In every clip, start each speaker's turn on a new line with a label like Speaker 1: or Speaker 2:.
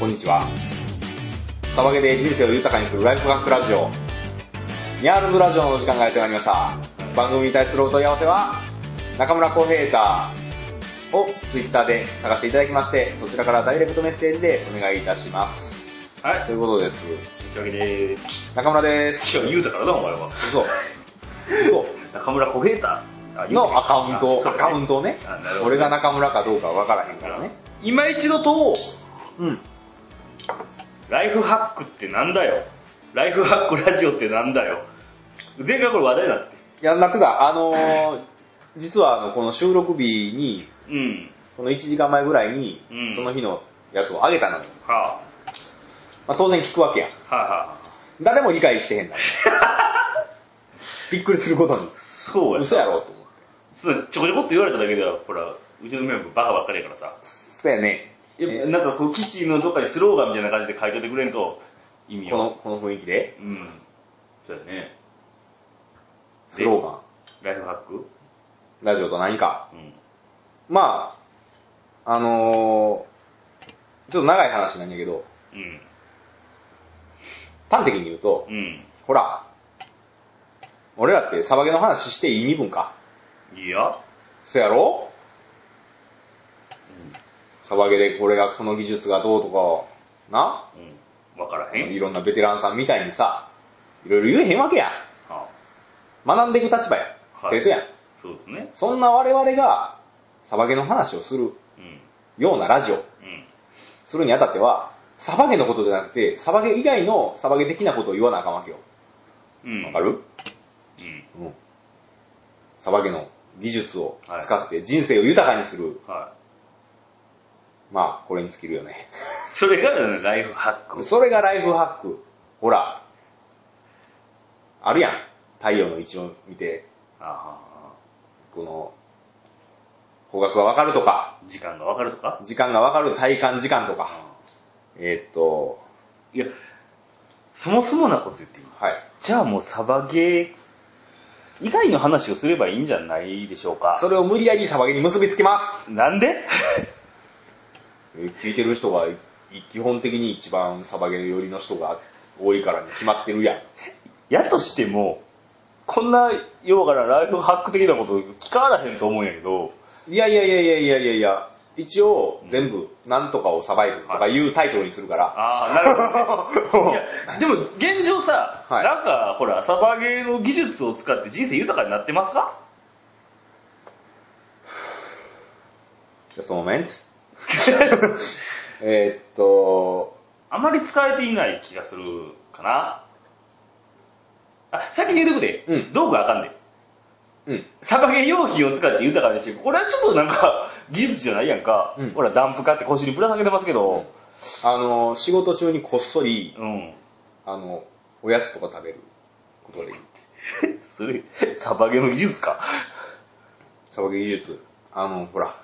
Speaker 1: こんにちは。騒げで人生を豊かにするライフハックラジオ。ニャールズラジオのお時間がやってまいりました。番組に対するお問い合わせは、中村浩平太をツイッターで探していただきまして、そちらからダイレクトメッセージでお願いいたします。
Speaker 2: はい。
Speaker 1: ということです。
Speaker 2: 打ち上げでーす。
Speaker 1: 中村です。
Speaker 2: 今日言うたからな、お前は。
Speaker 1: 嘘。嘘。
Speaker 2: 中村小平太 あ言う
Speaker 1: のアカウント、
Speaker 2: あそ
Speaker 1: ア
Speaker 2: うね
Speaker 1: カウントをね
Speaker 2: あなるほどね
Speaker 1: 俺が中村かどうかわからへんからね。
Speaker 2: 今一度と、
Speaker 1: うん。
Speaker 2: ライフハックってなんだよ。ライフハックラジオってなんだよ。前回これ話題になって。
Speaker 1: いや、なくだ、あのー実はあの、この収録日に、
Speaker 2: うん。
Speaker 1: この1時間前ぐらいに
Speaker 2: う、ん
Speaker 1: その日のやつをあげたのよ。
Speaker 2: は
Speaker 1: まあ、当然聞くわけやん。
Speaker 2: あ、はあ、はあ。
Speaker 1: 誰も理解してへんな。 びっくりすることに。
Speaker 2: そうや。
Speaker 1: 嘘やろと思って。
Speaker 2: そうちょこちょこっと言われただけでは、ほら、うちのメンバーバカばっかりやからさ。
Speaker 1: そうやね。
Speaker 2: いやなんかこう、基地のどっかにスローガンみたいな感じで書いといてくれんと、意味を。
Speaker 1: この、この雰囲気で、
Speaker 2: うん。そうやね。
Speaker 1: スローガ
Speaker 2: ライフハック
Speaker 1: ン、ラジオと何か。
Speaker 2: うん。
Speaker 1: まあ、あのーちょっと長い話なんだけど、
Speaker 2: うん。
Speaker 1: 端的に言うと、
Speaker 2: うん。
Speaker 1: ほら、俺らってサバゲの話していい身分か。
Speaker 2: いいや。
Speaker 1: そやろサバゲでこれが、この技術がどうとか、な
Speaker 2: うん。わからへん。
Speaker 1: いろんなベテランさんみたいにさ、いろいろ言えへんわけやん。
Speaker 2: あ
Speaker 1: 学んでいく立場やん。
Speaker 2: は
Speaker 1: 生
Speaker 2: い
Speaker 1: 徒やん。
Speaker 2: そうですね。
Speaker 1: そんな我々が、サバゲの話をする
Speaker 2: うん。
Speaker 1: ようなラジオ、
Speaker 2: うん。
Speaker 1: するにあたっては、サバゲのことじゃなくて、サバゲ以外のサバゲ的なことを言わなあかんわけよ。
Speaker 2: うん。
Speaker 1: わかる
Speaker 2: うん。
Speaker 1: うん。サバゲの技術を使って人生を豊かにする。
Speaker 2: は
Speaker 1: まあ、これに尽きるよね。
Speaker 2: い。それがねライフハック。
Speaker 1: それがライフハック。ほら、あるやん。太陽の位置を見て、
Speaker 2: あは
Speaker 1: この、方角がわかるとか、
Speaker 2: 時間がわかるとか
Speaker 1: 時間がわかる体感時間とか、えーっと、
Speaker 2: いや、そもそもなこと言っていい
Speaker 1: はい。
Speaker 2: じゃあもうサバゲー以外の話をすればいいんじゃないでしょうか。
Speaker 1: それを無理やりサバゲに結びつけます。
Speaker 2: なんで
Speaker 1: えー聞いてる人が、い基本的に一番サバゲ寄りの人が多いからに決まってるやん。
Speaker 2: やとしても、こんな、ようからんライフハック的なこと聞からへんと思うんやけど、
Speaker 1: いやいやいやいやいやいやいや、一応全部、なんとかをサバイブとかいうタイトルにするから。
Speaker 2: ああ、なるほど、ね。いや、でも現状さ、
Speaker 1: はい
Speaker 2: なんかほら、サバゲーの技術を使って人生豊かになってますか
Speaker 1: Just a moment. えーっと、
Speaker 2: あまり使えていない気がするかな。あ、先に言うとくで、
Speaker 1: うん
Speaker 2: 道具あかんで。
Speaker 1: うん。
Speaker 2: サバゲー用品を使って豊かにしていく、これはちょっとなんか、 技術じゃないやんか。
Speaker 1: うん
Speaker 2: ほら、ダンプ買って腰にぶら下げてますけど、
Speaker 1: あの、仕事中にこっそり、
Speaker 2: うん。
Speaker 1: あの、おやつとか食べることができる。
Speaker 2: それ、 サバゲーの技術か。
Speaker 1: サバゲ技術。あの、ほら、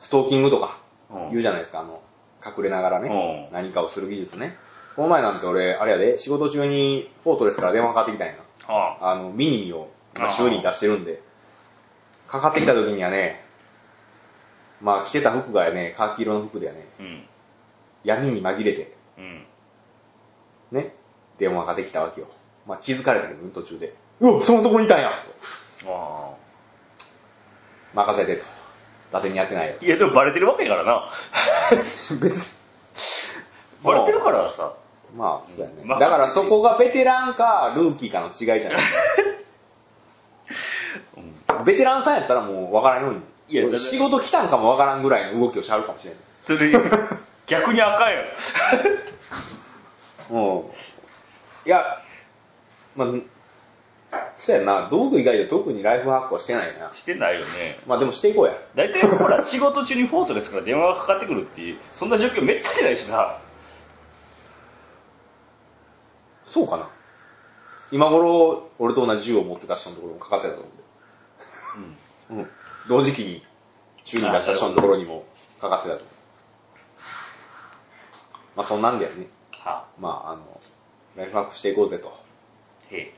Speaker 1: ストーキングとか
Speaker 2: うん
Speaker 1: 言うじゃないですか、あの、隠れながらね、
Speaker 2: うん
Speaker 1: 何かをする技術ね。この前なんて俺、あれやで、仕事中にフォートレスから電話かかってきたんやな。
Speaker 2: あ
Speaker 1: あの、ミニミを今週に出してるんで、かかってきた時にはね、まあ着てた服がやね、カーキ色の服でやね、
Speaker 2: うん。
Speaker 1: 闇に紛れて、
Speaker 2: うん。
Speaker 1: ね、電話ができたわけよ。まあ気づかれたけど、途中で。うわ、そのとこにいたんやと
Speaker 2: あ
Speaker 1: 任せてと。伊達にやって ないよ。
Speaker 2: あ。いや、でもバレてるわけやからな。
Speaker 1: 別に。
Speaker 2: バレてるからさ。
Speaker 1: まあ、そうやね。
Speaker 2: まあ
Speaker 1: だからそこがベテランか、ルーキーかの違いじゃ ない。
Speaker 2: うん
Speaker 1: ベテランさんやったらもう分からんように。
Speaker 2: いやだから
Speaker 1: 仕事来たんかも分からんぐらいの動きをしはるかもしれない。
Speaker 2: それ、逆にあかんや
Speaker 1: うん。いや、まあ、そうやな、道具以外で特にライフハックはしてないな
Speaker 2: ろ。。してないよね。
Speaker 1: まあでもしていこうや。
Speaker 2: 大体ほら、仕事中にフォートレスから電話がかかってくるっていう、そんな状況めったにないしな。
Speaker 1: そうかな。今頃、俺と同じ銃を持ってた人のところもかかってたと思
Speaker 2: うん。
Speaker 1: う。うん。同時期に、銃に出した人のところにもかかってたと思う。まあそんなんだよね。
Speaker 2: は、
Speaker 1: まああの、ライフハックしていこうぜと。
Speaker 2: へえ。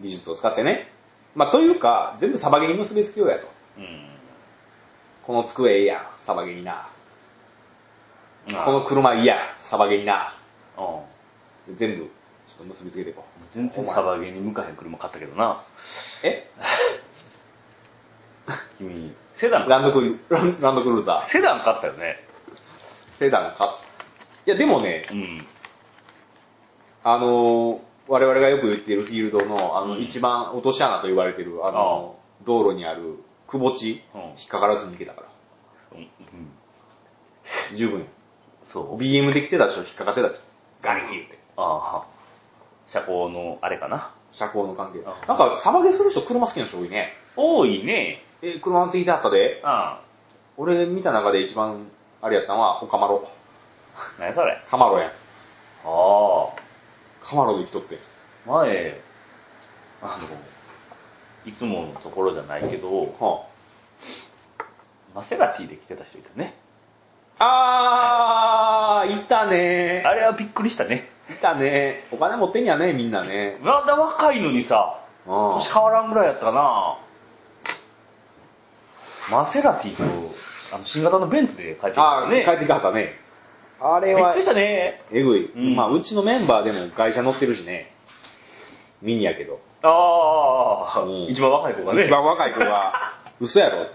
Speaker 1: 技術を使ってね。まあというか、全部サバゲに結びつけようやと。
Speaker 2: うん。
Speaker 1: この机ええやん、サバゲにな。
Speaker 2: うん
Speaker 1: この車嫌、サバゲーにな。
Speaker 2: うん
Speaker 1: 全部、ちょっと結びつけていこう。
Speaker 2: 全然サバゲーに向かへん車買ったけどな
Speaker 1: え
Speaker 2: 君セダン
Speaker 1: ランドクル、ランランドクルーザー。
Speaker 2: セダン買ったよね
Speaker 1: セダンか。いや、でもね
Speaker 2: う、ん
Speaker 1: あのー我々がよく言っているフィールドの、あの、
Speaker 2: うん
Speaker 1: 一番落とし穴と言われてる、あのー道路にある、窪地、
Speaker 2: うん
Speaker 1: 引っかからずに行けたから。
Speaker 2: うん、うん、
Speaker 1: 十分よ。
Speaker 2: そう
Speaker 1: BM で来てたでしょ、引っかかってたでしょ。ガリーって。
Speaker 2: ああ車高のあれかな
Speaker 1: 車高の関係。な
Speaker 2: あ
Speaker 1: んか、サバゲする人、車好きな人多いね。
Speaker 2: 多いね
Speaker 1: え、車乗ってきてはったで。
Speaker 2: あ
Speaker 1: 俺見た中で一番、あれやったのは、カマロ。
Speaker 2: あ何やそれあ
Speaker 1: カマロやん。
Speaker 2: あ
Speaker 1: カマロで生きとって。
Speaker 2: 前あのいつものところじゃないけど
Speaker 1: は
Speaker 2: マセラティで来てた人いたね
Speaker 1: あ、あー、いたね
Speaker 2: あれはびっくりしたね
Speaker 1: いたねお金持ってんやね、みんなね。
Speaker 2: まだ若いのにさ
Speaker 1: うん。
Speaker 2: 年変わらんぐらいやったかなマセラティとあの新型のベンツで帰ってきた
Speaker 1: あ
Speaker 2: よ
Speaker 1: ー、
Speaker 2: ね
Speaker 1: 帰ってきはったね。あれ
Speaker 2: びっ
Speaker 1: は
Speaker 2: くり、したね
Speaker 1: えぐい。
Speaker 2: うん
Speaker 1: まあ、うちのメンバーでも会社乗ってるしね。ミニやけど。
Speaker 2: ああ、
Speaker 1: うん
Speaker 2: 一番若い子がね
Speaker 1: 一番若い子が、嘘やろ。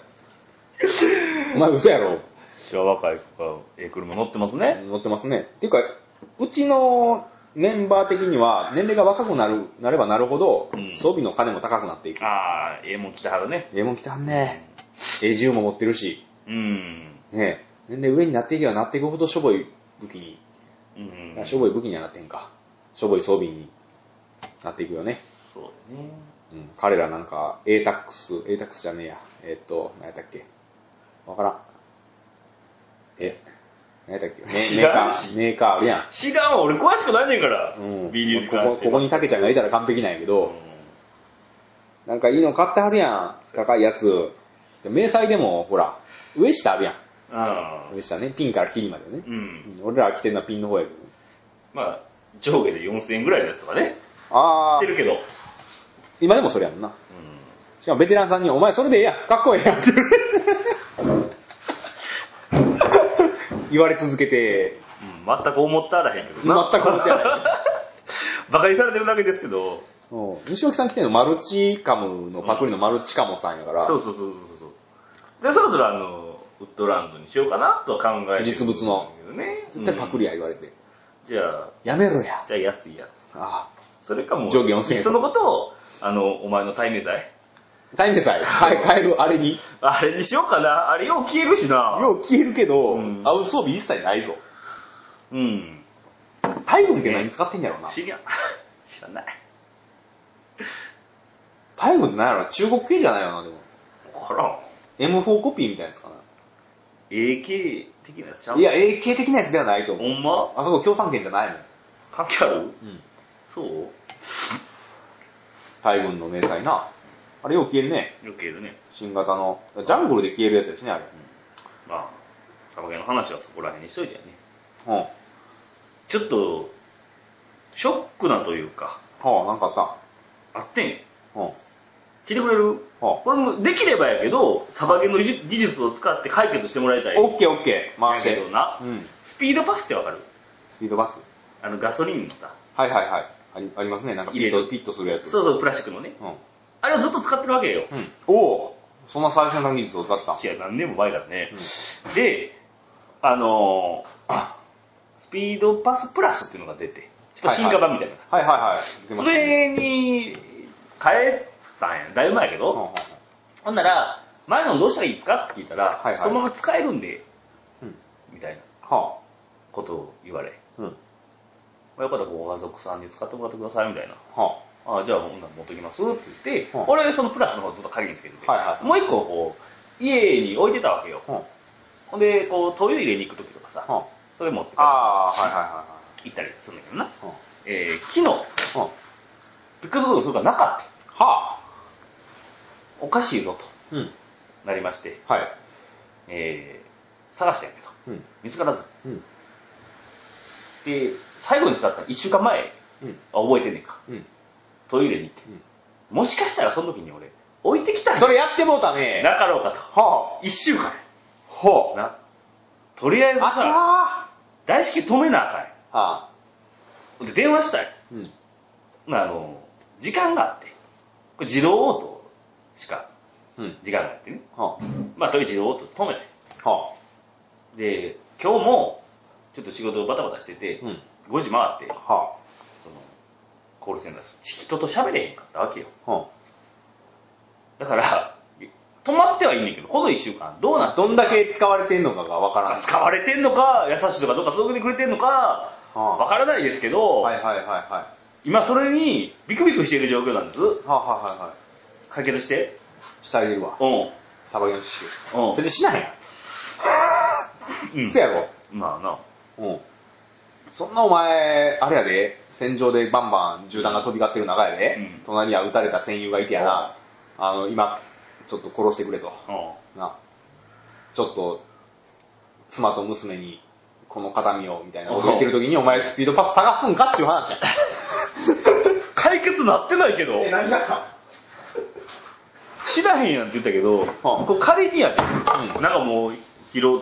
Speaker 1: お前嘘やろ。
Speaker 2: 一番若い子がええ車乗ってますね
Speaker 1: 乗ってますね。っていうか、うちのメンバー的には、年齢が若くなる、なればなるほど、
Speaker 2: うん
Speaker 1: 装備の金も高くなっていく。
Speaker 2: ああええもん来てはるね
Speaker 1: ええもん来たんね。ええ銃も持ってるし、
Speaker 2: うん
Speaker 1: ねえ年齢上になっていけばなっていくほどしょぼい武器に、
Speaker 2: うん
Speaker 1: あしょぼい武器にはなってんか。しょぼい装備になっていくよね。
Speaker 2: そうね
Speaker 1: うん、彼らなんか、a タックス、a タックスじゃねえや。えーっと、何やったっけわからん。え、何やったっけメ
Speaker 2: 知
Speaker 1: メー
Speaker 2: ら
Speaker 1: カ
Speaker 2: ん
Speaker 1: ー、メーカーあるやん。
Speaker 2: 知らんわ俺詳しくないねんから、
Speaker 1: うん、
Speaker 2: ビリーに
Speaker 1: こ
Speaker 2: 関
Speaker 1: こ
Speaker 2: して
Speaker 1: こ
Speaker 2: は
Speaker 1: こにタケちゃんがいたら完璧なんやけ
Speaker 2: う
Speaker 1: ど、
Speaker 2: ん
Speaker 1: なんかいいの買ってはるやん、高いやつ。で迷彩でも、ほら、上下あるやん。
Speaker 2: あー
Speaker 1: 上下ね、ピンからキリまでね
Speaker 2: う。ん
Speaker 1: うん俺ら着てんのはピンの方やけどね。
Speaker 2: まあ上下で4000円ぐらいのやつとかね知
Speaker 1: あ
Speaker 2: ってるけど、うん、
Speaker 1: ー、今でもそれやもんな。しかもベテランさんに、お前それでええやん、かっこええやんって言われ続けて、
Speaker 2: うん全く思ったあらへんけど
Speaker 1: 全く思ってない。
Speaker 2: バカにされてるだけですけど、
Speaker 1: うん西脇さん着てんのマルチカムのパクリのマルチカモさんやから、
Speaker 2: そうそうそうそうそう。で、そろそろあの、ウッドランドにしようかなとは考えてる
Speaker 1: 実物の。
Speaker 2: ね。
Speaker 1: 絶対パクリ
Speaker 2: や。
Speaker 1: や言われて。
Speaker 2: じゃあ、
Speaker 1: やめろや。
Speaker 2: じゃあ安いやつ。
Speaker 1: あ
Speaker 2: それかもう、
Speaker 1: 上下4000円
Speaker 2: いっそのことを、あの、お前の対面罪。
Speaker 1: ータイムでさえ、変え変えるあれに。
Speaker 2: あれにしようかな。あれよう消えるしな。
Speaker 1: よう消えるけど、
Speaker 2: うん
Speaker 1: 合う装備一切ないぞ。
Speaker 2: うん。
Speaker 1: 体温って何使ってんやろうな。
Speaker 2: 知らん。 知らない。
Speaker 1: 体温って何やろな中国系じゃないよな、でも。
Speaker 2: わからん。
Speaker 1: M4 コピーみたいなやつかな。
Speaker 2: AK 的なやつちゃう
Speaker 1: いや、、AK 的なやつではないと
Speaker 2: ほ
Speaker 1: 思う。
Speaker 2: んま
Speaker 1: あそこ共産圏じゃないもん。
Speaker 2: 関係ある
Speaker 1: うん。
Speaker 2: そう
Speaker 1: 体温の迷彩な。あれよう消えるね。
Speaker 2: よく言えるね。
Speaker 1: 新型の。ジャングルで消えるやつですね、あれ。
Speaker 2: まあ、サバゲの話はそこら辺にしといてやね。
Speaker 1: うん。は
Speaker 2: ちょっと、ショックなというか、
Speaker 1: あ、なんかあっ
Speaker 2: あってんよ。
Speaker 1: た。うん。
Speaker 2: 聞いてくれる
Speaker 1: は
Speaker 2: これもできればやけど、サバゲの技技術を使って解決してもらいた
Speaker 1: あ。オ
Speaker 2: い。
Speaker 1: ッケーオッケー。回し
Speaker 2: や
Speaker 1: て
Speaker 2: けど。な
Speaker 1: うん。
Speaker 2: スピードパスってわかる
Speaker 1: スピードバス。
Speaker 2: あのガソリンのさ、
Speaker 1: はいはいはい。ありありますね。なんかピッ
Speaker 2: 入れ
Speaker 1: と、
Speaker 2: る
Speaker 1: ピッとするやつ。
Speaker 2: そう
Speaker 1: う。
Speaker 2: そうプラスチックのね。
Speaker 1: うん。
Speaker 2: あれをずっと使ってるわけよ。
Speaker 1: うん。おおそんな最先端技術を使った。
Speaker 2: いや、何年も前だね
Speaker 1: う。
Speaker 2: で、あのースピードパスプラスっていうのが出て、ちょっと進化版みたいな。
Speaker 1: はいはいはい。出ま
Speaker 2: そ
Speaker 1: したね
Speaker 2: れに変えたんや。だいぶ前やけど。
Speaker 1: うんうんうん
Speaker 2: ほんなら、前のどうしたらいいですかって聞いたら、
Speaker 1: はいはい
Speaker 2: そのまま使えるんで、
Speaker 1: うん
Speaker 2: みたいな
Speaker 1: は
Speaker 2: ことを言われ、
Speaker 1: あ。うん。
Speaker 2: まあ、よかったらご家族さんに使ってもらってくださいみたいな。
Speaker 1: は
Speaker 2: あじゃあ、ほんなら持ってきますって言って、
Speaker 1: うん
Speaker 2: 俺、そのプラスの方ずっと鍵につけてて、
Speaker 1: はいはい
Speaker 2: もう一個こう、家に置いてたわけよ。
Speaker 1: あ。は
Speaker 2: ほんで、こう、灯油入れに行くときとか
Speaker 1: あ。
Speaker 2: さ、
Speaker 1: は
Speaker 2: それ持って
Speaker 1: あ。ああ、はいはいは
Speaker 2: 行ったりするんだけどな。
Speaker 1: いはい。は
Speaker 2: えー、木
Speaker 1: あ。
Speaker 2: の
Speaker 1: は
Speaker 2: ピックルボールするがなかった。
Speaker 1: あはあ。
Speaker 2: おかしいぞ
Speaker 1: うん。
Speaker 2: となりまして、
Speaker 1: はい。
Speaker 2: えー、探したんやけど、
Speaker 1: うん。
Speaker 2: 見つからず。
Speaker 1: うん。
Speaker 2: で、最後に使ったの1週間前、
Speaker 1: うん。
Speaker 2: あ覚えてんねんか。
Speaker 1: うん。
Speaker 2: トイレに行って。もしかしたらその時に俺、置いてきたんじ
Speaker 1: それやってもうた
Speaker 2: ゃ
Speaker 1: ね。
Speaker 2: なかろうかと。
Speaker 1: はあ。
Speaker 2: 一週間。
Speaker 1: はあ。
Speaker 2: な。とりあえず
Speaker 1: あち
Speaker 2: さ、
Speaker 1: ゃ
Speaker 2: 大至急止めなあか
Speaker 1: はあ、
Speaker 2: んよで、電話したい。
Speaker 1: うん。
Speaker 2: まあ、あの、時間があって。これ自動応答しか、
Speaker 1: うん。
Speaker 2: 時間があってね。
Speaker 1: は
Speaker 2: まあ、とりあえず自動応答止めて。
Speaker 1: あ、は
Speaker 2: で、今日も、ちょっと仕事をバタバタしてて、
Speaker 1: うん
Speaker 2: 5時回って
Speaker 1: あ、、は
Speaker 2: その、コールセンター、人と喋れへんかったわけよ。
Speaker 1: あ、は
Speaker 2: だから、止まってはいいねんけど、この1週間、どうな
Speaker 1: あ。
Speaker 2: って
Speaker 1: どんだけ使われてんのかがわからん。
Speaker 2: 使われてんのか、優しいとかどうか届けてくれてんのか、
Speaker 1: あ
Speaker 2: わからないですけど、
Speaker 1: はいはいはいは
Speaker 2: 今それにビクビクしている状況なんです。
Speaker 1: い。はあ、はあはいは
Speaker 2: 解決して。
Speaker 1: い。してあげるわ
Speaker 2: う。ん。
Speaker 1: サバゲの知識。
Speaker 2: うん
Speaker 1: 別にしないや。
Speaker 2: うんん
Speaker 1: そ。やろ。
Speaker 2: まあな。
Speaker 1: うん。そんなお前、あれやで、戦場でバンバン銃弾が飛び交ってる中やで、
Speaker 2: うん
Speaker 1: 隣には撃たれた戦友がいてやな、あの、今、ちょっと殺してくれと。
Speaker 2: う
Speaker 1: な、ちょっと、妻と娘に、この形見を、みたいなこと言ってる時に、お前スピードパス探すんかっていう 話や。
Speaker 2: ん。解決なってないけど、
Speaker 1: 何がさ
Speaker 2: 知らへんやんって言ったけど、
Speaker 1: ん
Speaker 2: これ仮にやで、
Speaker 1: うん
Speaker 2: なんかもう拾っ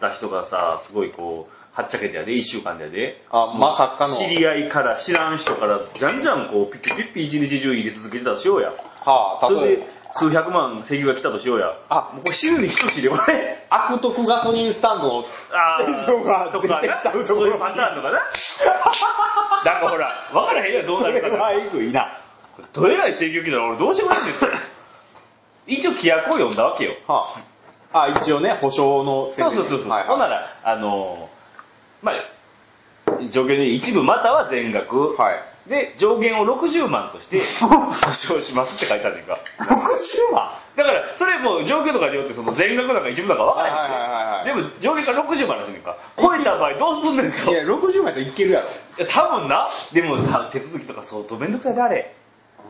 Speaker 2: た人がさ、すごいこう、はっちゃけてやで、1週間でやで。
Speaker 1: あ、まさかの。
Speaker 2: 知り合いから知らん人からじゃんじゃんこうピッピッピッピ一日中入れ続けてたとしようや
Speaker 1: はあ、
Speaker 2: そ
Speaker 1: 例
Speaker 2: れ
Speaker 1: え
Speaker 2: で数百万請求が来たとしようや
Speaker 1: あ
Speaker 2: もうこれ死ぬに等しいでこれ
Speaker 1: ば、悪徳ガソリンスタンドの、
Speaker 2: あ
Speaker 1: とか
Speaker 2: とかな
Speaker 1: 出ちゃうとこ
Speaker 2: そう
Speaker 1: ろ
Speaker 2: いうパターンとかななんかほら分からへんやんどう
Speaker 1: そ
Speaker 2: な
Speaker 1: れ
Speaker 2: るか
Speaker 1: はえぐいな。
Speaker 2: どえらい請求来たら俺どうしてもらえんねん一応規約を読んだわけよ
Speaker 1: はあ、あ、一応ね、保証の。
Speaker 2: そうそうそうそう、
Speaker 1: はいはい
Speaker 2: ほんならあのーまあ状況で一部または全額、
Speaker 1: はい。
Speaker 2: で上限を60万として保証しますって書いてあるねんか
Speaker 1: 60万
Speaker 2: だから、それもう状況とかによってその全額なんか一部なんか分から
Speaker 1: はいはいはいは
Speaker 2: ないい。でも上限から60万らしいねんか。超えた場合どうすんねんと。
Speaker 1: い
Speaker 2: い
Speaker 1: や、60万やったらいけるやろ。
Speaker 2: や多分な。でもさ手続きとか相当めんどくさいであれ。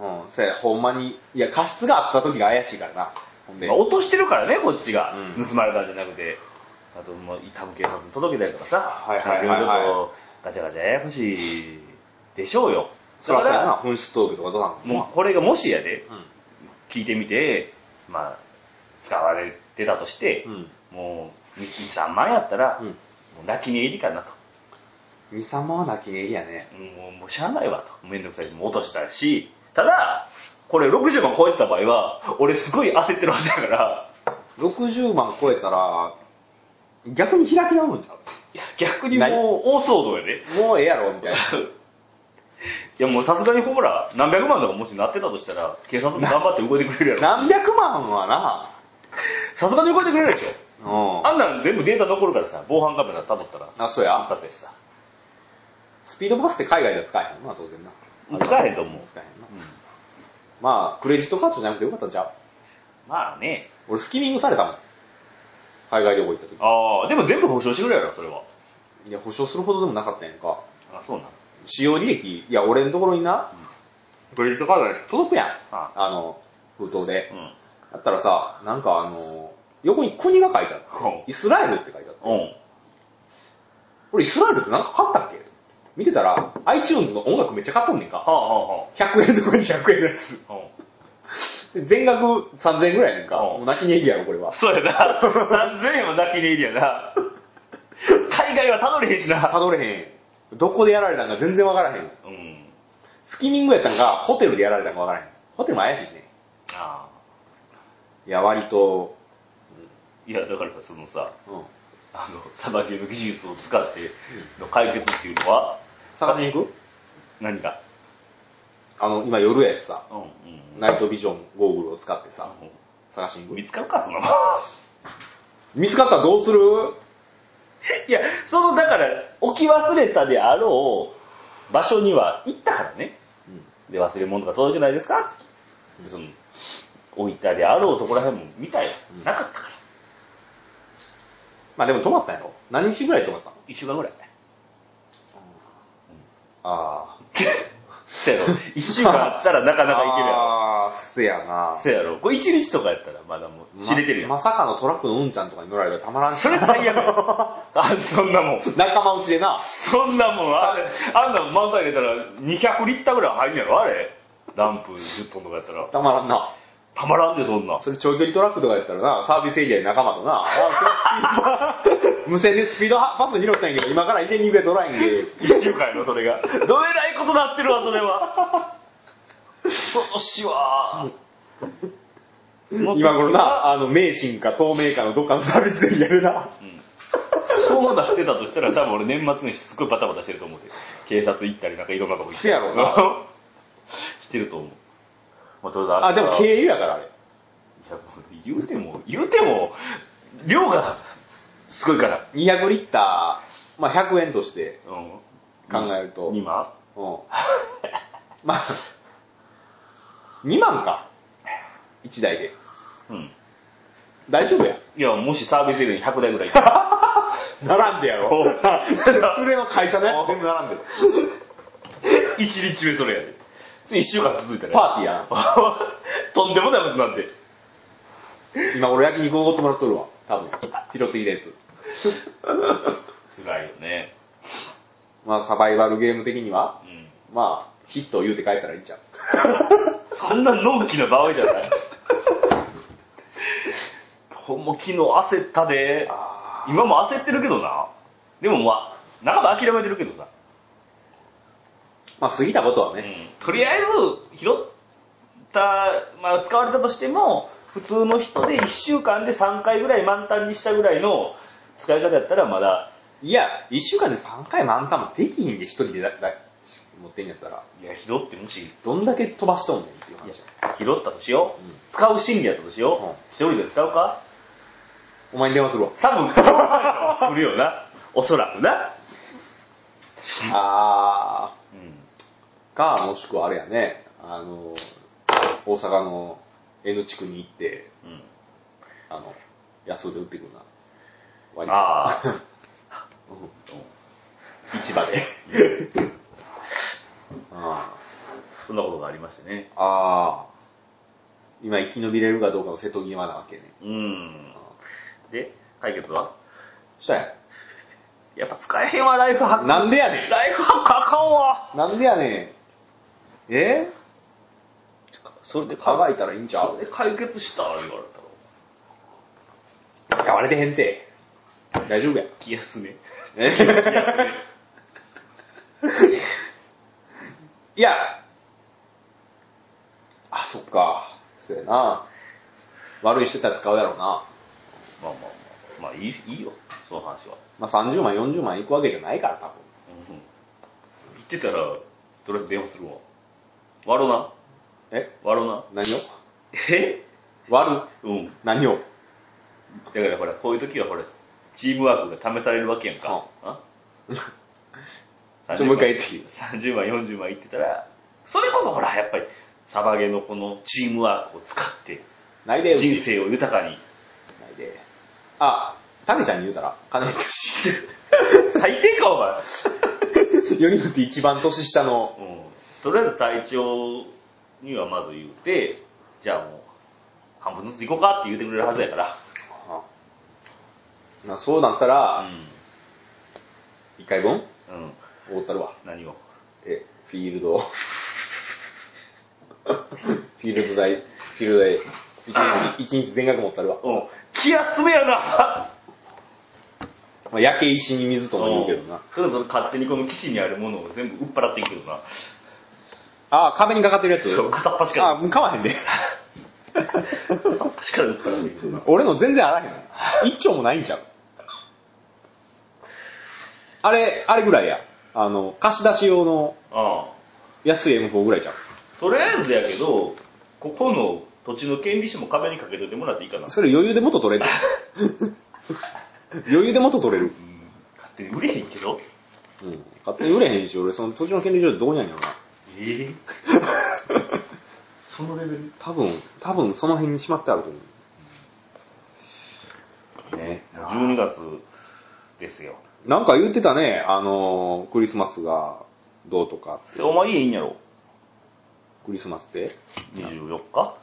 Speaker 1: うん、そや、ほんまに、いや、過失があった時が怪しいからな。ほんで
Speaker 2: まあ、、落としてるからね、こっちが
Speaker 1: うん。
Speaker 2: 盗まれたんじゃなくて。あと、もう、多分警察に届けたりとかさ。
Speaker 1: はいはいはいはい
Speaker 2: ろろとガチャガチャややこしいでしょうよ。
Speaker 1: そ
Speaker 2: だ
Speaker 1: ら
Speaker 2: か
Speaker 1: そやな
Speaker 2: ら、、
Speaker 1: 紛失届とかどうなの
Speaker 2: もうこれがもしやで、
Speaker 1: うん。
Speaker 2: 聞いてみて、まあ、使われてたとして、
Speaker 1: うん
Speaker 2: もう、2、3万やったら、
Speaker 1: うん
Speaker 2: もう泣き寝入りかなと。
Speaker 1: 二三万は泣き寝入りやね。
Speaker 2: もう、もうしゃあないわと。めんどくさいし、もう落としたし、ただ、これ60万超えてた場合は、俺すごい焦ってるはずだから、
Speaker 1: 60万超えたら、逆に開き直るんちゃう
Speaker 2: いや、逆にもう大騒動やで。
Speaker 1: もうええやろ、みたいな。
Speaker 2: いやもうさすがにほら、何百万とかもしなってたとしたら、警察も頑張って動いてくれるやろ。
Speaker 1: 何百万はな、
Speaker 2: さすがに動いてくれるでしょ。
Speaker 1: うん。
Speaker 2: あんなん全部データ残るからさ、防犯カメラ辿ったら、
Speaker 1: あ、そう
Speaker 2: 一
Speaker 1: や。
Speaker 2: 発やしさ。
Speaker 1: スピードバスって海外では使えへんのな、当然な。
Speaker 2: 使えへんと思う。
Speaker 1: 使えへんな
Speaker 2: う。ん
Speaker 1: まあ、クレジットカードじゃなくてよかったんちゃう
Speaker 2: まあね。
Speaker 1: 俺、スキミングされたもん。海外旅行行った
Speaker 2: ああ、でも全部保証してくれるやろ、それは。
Speaker 1: 時。いや、保証するほどでもなかったんやんか。
Speaker 2: あ、そうなん。
Speaker 1: 使用履歴、いや、俺のところにな、クレジットカードで届くやん。
Speaker 2: あ
Speaker 1: あの、封筒で
Speaker 2: う。ん。
Speaker 1: だったらさ、なんかあの、横に国が書いてある。イスラエルって書いてあった。
Speaker 2: うん。
Speaker 1: 俺イスラエルってなんか買ったっけ見てたら、iTunes の音楽めっちゃ買っとんねん
Speaker 2: は
Speaker 1: か。
Speaker 2: あは
Speaker 1: 100円とかに100円のやつ。
Speaker 2: あはあ。うん。
Speaker 1: で全額3000円ぐらいやねんか。
Speaker 2: うん
Speaker 1: もう泣き寝入りやろ、これは。
Speaker 2: そうや な。3000円も泣き寝入りやな。海外はたどりへんしな。
Speaker 1: たどれへん。どこでやられたんか全然わからへん。
Speaker 2: うん。
Speaker 1: スキミングやったんか、ホテルでやられたんかわからへん。ホテルも怪しいしね。
Speaker 2: ああ。
Speaker 1: いや、割と、
Speaker 2: いや、だからさ、そのさ、
Speaker 1: うん。
Speaker 2: あの、さばきの技術を使っての解決っていうのは、
Speaker 1: 探しに行く
Speaker 2: 何か。
Speaker 1: あの、今夜やしさ、
Speaker 2: うんうん。
Speaker 1: ナイトビジョンゴーグルを使ってさ、
Speaker 2: う
Speaker 1: 探しに
Speaker 2: ん
Speaker 1: 行く
Speaker 2: 見つかるか、そのまま。
Speaker 1: 見つかったらどうする
Speaker 2: いや、その、だから、置き忘れたであろう場所には行ったからね。で、忘れ物とか届いてないですかってその、置いたであろうとこら辺も見たよ
Speaker 1: うん。
Speaker 2: なかったから。
Speaker 1: まあでも泊まったんやろ何日ぐらい泊まったの
Speaker 2: 一週間ぐらい。
Speaker 1: ああ。
Speaker 2: せやろ。一週間あったらなかなかいけるやろ。
Speaker 1: ああ、せやな。
Speaker 2: せやろ。これ一日とかやったらまだもう知れてるやん。
Speaker 1: ままさかのトラックのうんちゃんとかに乗られたらたまらんし
Speaker 2: それ最悪や。あ、そんなもん。
Speaker 1: 仲間内でな。
Speaker 2: そんなもん、あれ、あんな漫才入れたら200リッターぐらい入るんやろ、あれ。ダンプ10トンとかやったら。
Speaker 1: たまらんな。
Speaker 2: たまらんで、そんな。
Speaker 1: それ長距離トラックとかやったらな、サービスエリアで仲間とな、あ今日スピード 無線でスピードパス拾ったんやけど、今から移転に行くやつおらへんけ。
Speaker 2: 一週間やろ、それが。どえらいことなってるわ、それは。恐ろしいわ。
Speaker 1: 今頃な、あの、名神か透明かのどっかのサービスエリアでな。
Speaker 2: うんそうなってたとしたら、多分俺年末にしつこいバタバタしてると思うで。警察行ったり、なんかいろんなとこ行ったり。
Speaker 1: せやろな
Speaker 2: してると思う。まあ、どうだ
Speaker 1: あ、でも
Speaker 2: いや、
Speaker 1: 経由やからあれ。
Speaker 2: もう言うても、言うても、量が、すごいから。
Speaker 1: 200リッター、まあ100円として
Speaker 2: うん。
Speaker 1: 考えると。
Speaker 2: 2万
Speaker 1: うん。まあ、2万か。1台で。
Speaker 2: うん。
Speaker 1: 大丈夫や。
Speaker 2: いや、もしサービスエリアに100台ぐらい行ったら
Speaker 1: 並んでやろ。
Speaker 2: おう
Speaker 1: 連れの会社のやつ全部並んでる。
Speaker 2: 一日目それやで。次1週間続いたら。
Speaker 1: パーティーやん。
Speaker 2: ー とんでもないことなんで。
Speaker 1: 今俺焼肉おごってもらっとるわ。多分。拾ってきたやつ。
Speaker 2: 辛いよね。
Speaker 1: まあサバイバルゲーム的には、
Speaker 2: うん。
Speaker 1: まあ、ヒットを言うて帰ったらいいんちゃう。
Speaker 2: そんなのんきな場合じゃ ない。ほんま昨日焦ったで。
Speaker 1: あ
Speaker 2: 今も焦ってるけどな。でもまあ、半ば諦めてるけどさ。
Speaker 1: まあ過ぎたことは
Speaker 2: う
Speaker 1: ね。
Speaker 2: ん。とりあえず、拾った、まあ使われたとしても、普通の人で1週間で3回ぐらい満タンにしたぐらいの使い方やったらまだ、
Speaker 1: いや、1週間で3回満タンもできひんで、1人でだだ持ってんやったら、
Speaker 2: いや、拾ってもし、
Speaker 1: どんだけ飛ばしとんねんっていう話
Speaker 2: い
Speaker 1: や
Speaker 2: や。拾ったとしよう。
Speaker 1: うん
Speaker 2: 使う心理やったとし
Speaker 1: うん
Speaker 2: よう。一、人で使うか
Speaker 1: お前に電話するわ。
Speaker 2: 多分、作るよ な。おそらくな。
Speaker 1: あ
Speaker 2: うん。
Speaker 1: ー、か、もしくはあれやね、あの、大阪の N 地区に行って、
Speaker 2: うん。
Speaker 1: あの、安で売ってくるな。割り
Speaker 2: ああ。
Speaker 1: 市場で。あ
Speaker 2: そんなことがありましてね。
Speaker 1: ーあー、今生き延びれるかどうかの瀬戸際なわけね。
Speaker 2: うん
Speaker 1: あ。
Speaker 2: で、解決は
Speaker 1: したや
Speaker 2: やっぱ使えへんわ、ライフハッ
Speaker 1: ん。
Speaker 2: ク。
Speaker 1: なんでやねん
Speaker 2: ライフハックあかんわ。
Speaker 1: なんでやねん。え
Speaker 2: それで
Speaker 1: かがいたらいいんちゃ
Speaker 2: そうれで解決した言われたら。
Speaker 1: 使われてへんて。大丈夫や。
Speaker 2: 気休め。
Speaker 1: いや、あ、そっか。そうやな。悪いしてたら使うやろうな。
Speaker 2: まあまあまあ。まあいいいいよ、その話は。
Speaker 1: まあ、30万、40万いくわけじゃないから、多分。
Speaker 2: うん。言ってたら、とりあえず電話するわ。割ろな。
Speaker 1: え
Speaker 2: 割ろな。
Speaker 1: 何を
Speaker 2: え
Speaker 1: 割る
Speaker 2: うん。
Speaker 1: 何を
Speaker 2: だからほら、こういう時はほら、チームワークが試されるわけやんか。あ
Speaker 1: ちょもう一回言ってきて
Speaker 2: 30万、40万いってたら、それこそほら、やっぱり、サバゲのこのチームワークを使って、
Speaker 1: ないで、うち
Speaker 2: 人。生を豊かに。
Speaker 1: ないで。あ、タミちゃんに言うたら、金持ち。
Speaker 2: 最低か、お前。
Speaker 1: 4人って一番年下の、
Speaker 2: うん。とりあえず隊長にはまず言うて、じゃあもう、半分ずつ行こうかって言うてくれるはずやから。
Speaker 1: まあ、そうなったら、
Speaker 2: う
Speaker 1: 1回分
Speaker 2: ん。うん。
Speaker 1: おったるわ。
Speaker 2: 何を。
Speaker 1: え、フィールド。フィールド代、フィールド代、一日、一日全額持ったるわ。
Speaker 2: うん。気休めやな。
Speaker 1: まあ、焼け石に水 とも言うけどな。
Speaker 2: それぞれ勝手にこの基地にあるものを全部売っ払っていくけどな。
Speaker 1: ああ、壁にかかってるやつ
Speaker 2: そう、片っ端から。
Speaker 1: あもう買わへんで。
Speaker 2: 片っ端 から売っ払っていくけどな。
Speaker 1: 俺の全然あらへん。一丁もないんちゃう。あれ、あれぐらいや。あの、貸し出し用の
Speaker 2: ああ。
Speaker 1: 安い M4 ぐらいちゃう。
Speaker 2: とりあえずやけど、ここの土地の権利書も壁にかけといてもらっていいかな。
Speaker 1: それ余裕で元取れ る。余裕で元取れる。
Speaker 2: うん勝手に売れへんけど。
Speaker 1: うん。勝手に売れへんし、俺、その土地の権利上どうにゃんやろな。
Speaker 2: え えそのレベル
Speaker 1: 多分、多分その辺にしまってあると思う。
Speaker 2: ね。12月ですよ。
Speaker 1: なんか言ってたね、あのークリスマスがどうとか、
Speaker 2: でお前家いいんやろ
Speaker 1: クリスマスって、
Speaker 2: ?24 日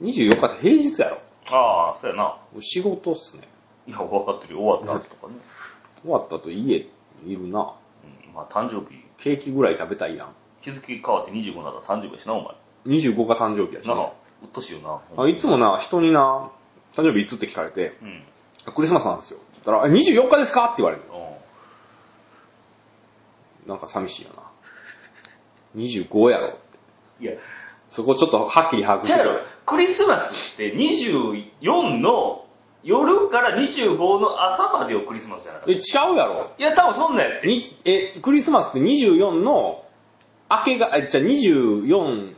Speaker 1: 24日って平日やろ。
Speaker 2: ああ、そうやな。
Speaker 1: 仕事っすね。
Speaker 2: いや、分かってるよ。終わった後とかね。
Speaker 1: 終わったと家いるな。
Speaker 2: うん、まあ誕生日、
Speaker 1: ケーキぐらい食べたいやん。
Speaker 2: 日付変わって25になったら誕生日やしな、お前。
Speaker 1: 25が誕生日やし、
Speaker 2: なあ
Speaker 1: ね。
Speaker 2: うっとうしいよな。
Speaker 1: あいつもな、人にな、誕生日いつって聞かれて、
Speaker 2: うん。
Speaker 1: クリスマスなんですよ。って言ったら、え24日ですかって言われる。
Speaker 2: う
Speaker 1: なんか寂しいよな。25やろって。
Speaker 2: ん。いや、
Speaker 1: そこちょっとはっきり把握
Speaker 2: じ
Speaker 1: し
Speaker 2: ゃ
Speaker 1: て
Speaker 2: あろ、クリスマスって24の夜から25の朝までをクリスマスじゃなかった。
Speaker 1: え、ちゃうやろ
Speaker 2: いや、多分そんなんやって。
Speaker 1: にえ、クリスマスって24の、明けが、え、じゃあ24、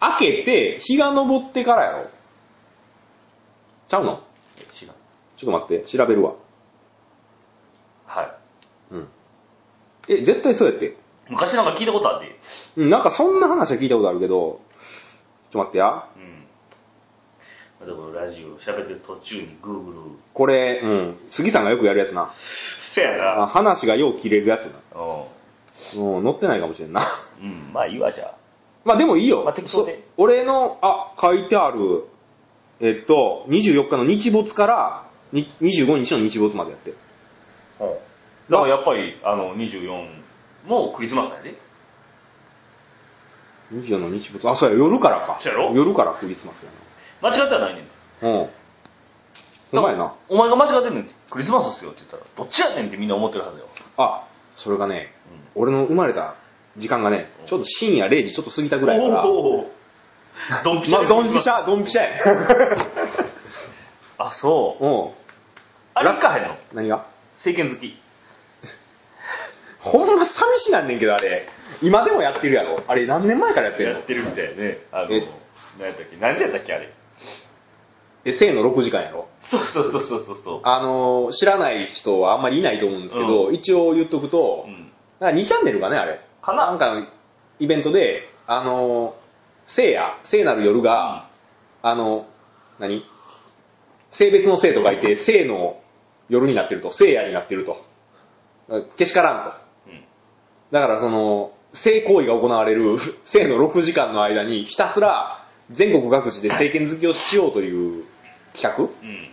Speaker 1: 明けて、日が昇ってからやろちゃうの
Speaker 2: 違
Speaker 1: ち
Speaker 2: う。
Speaker 1: ょっと待って、調べるわ。
Speaker 2: はい。
Speaker 1: うん。え、絶対そうやって。
Speaker 2: 昔なんか聞いたことあって。
Speaker 1: うん、なんかそんな話は聞いたことあるけど、ちょっと待ってや。
Speaker 2: うん。またこのラジオ喋ってる途中に Google。
Speaker 1: これ、うん、杉さんがよくやるやつな。
Speaker 2: せや
Speaker 1: あ
Speaker 2: な。
Speaker 1: 話がよう切れるやつな。
Speaker 2: うん。
Speaker 1: うん、乗ってないかもしれんな。
Speaker 2: うん、まあいいわ、じゃ
Speaker 1: まあでもいいよ。
Speaker 2: まあ適当で
Speaker 1: そ俺の、あ、書いてある、えっと、24日の日没から、に25日の日没までやって。
Speaker 2: あ。うん。だからやっぱり、あの、24もクリスマスだよね。
Speaker 1: 24の日没。あ、そうや、夜からか。
Speaker 2: そうやろ
Speaker 1: 夜からクリスマスや
Speaker 2: 間違ってはないねん。
Speaker 1: な。うん。ほんまやな。
Speaker 2: お前が間違ってんねんて。クリスマスっすよって言ったら、どっちやねんってみんな思ってるはずよ。
Speaker 1: あ、それがね、俺の生まれた時間がね、ちょっと深夜0時ちょっと過ぎたぐらいやから、
Speaker 2: おお。ドンピシャ
Speaker 1: まあ、
Speaker 2: で
Speaker 1: ドンピシャ、ドンピシャ や。
Speaker 2: あ、そう。
Speaker 1: うん。
Speaker 2: あれ行かへんの
Speaker 1: 何が
Speaker 2: 政権好き。
Speaker 1: ほんま寂しなんねんけど、あれ。今でもやってるやろ。あれ何年前からやってる
Speaker 2: や
Speaker 1: の
Speaker 2: ってるみたいね。あの
Speaker 1: え、
Speaker 2: 何やったっけ何時やったっけあれ。
Speaker 1: え、生の6時間やろ。
Speaker 2: そうそうそうそうそうそう。
Speaker 1: あのー知らない人はあんまりいないと思うんですけど、一応言っとくと、
Speaker 2: うん。
Speaker 1: なんか2チャンネルがね、あれ。
Speaker 2: かな
Speaker 1: なんかのイベントで、あのー、聖夜、聖なる夜が、あの、何性別の性と書いて、聖の夜になってると、聖夜になってると。けしからんと。
Speaker 2: うん。
Speaker 1: だからその、性行為が行われる 性の6時間の間にひたすら全国各地で政権好きをしようという企
Speaker 2: うん。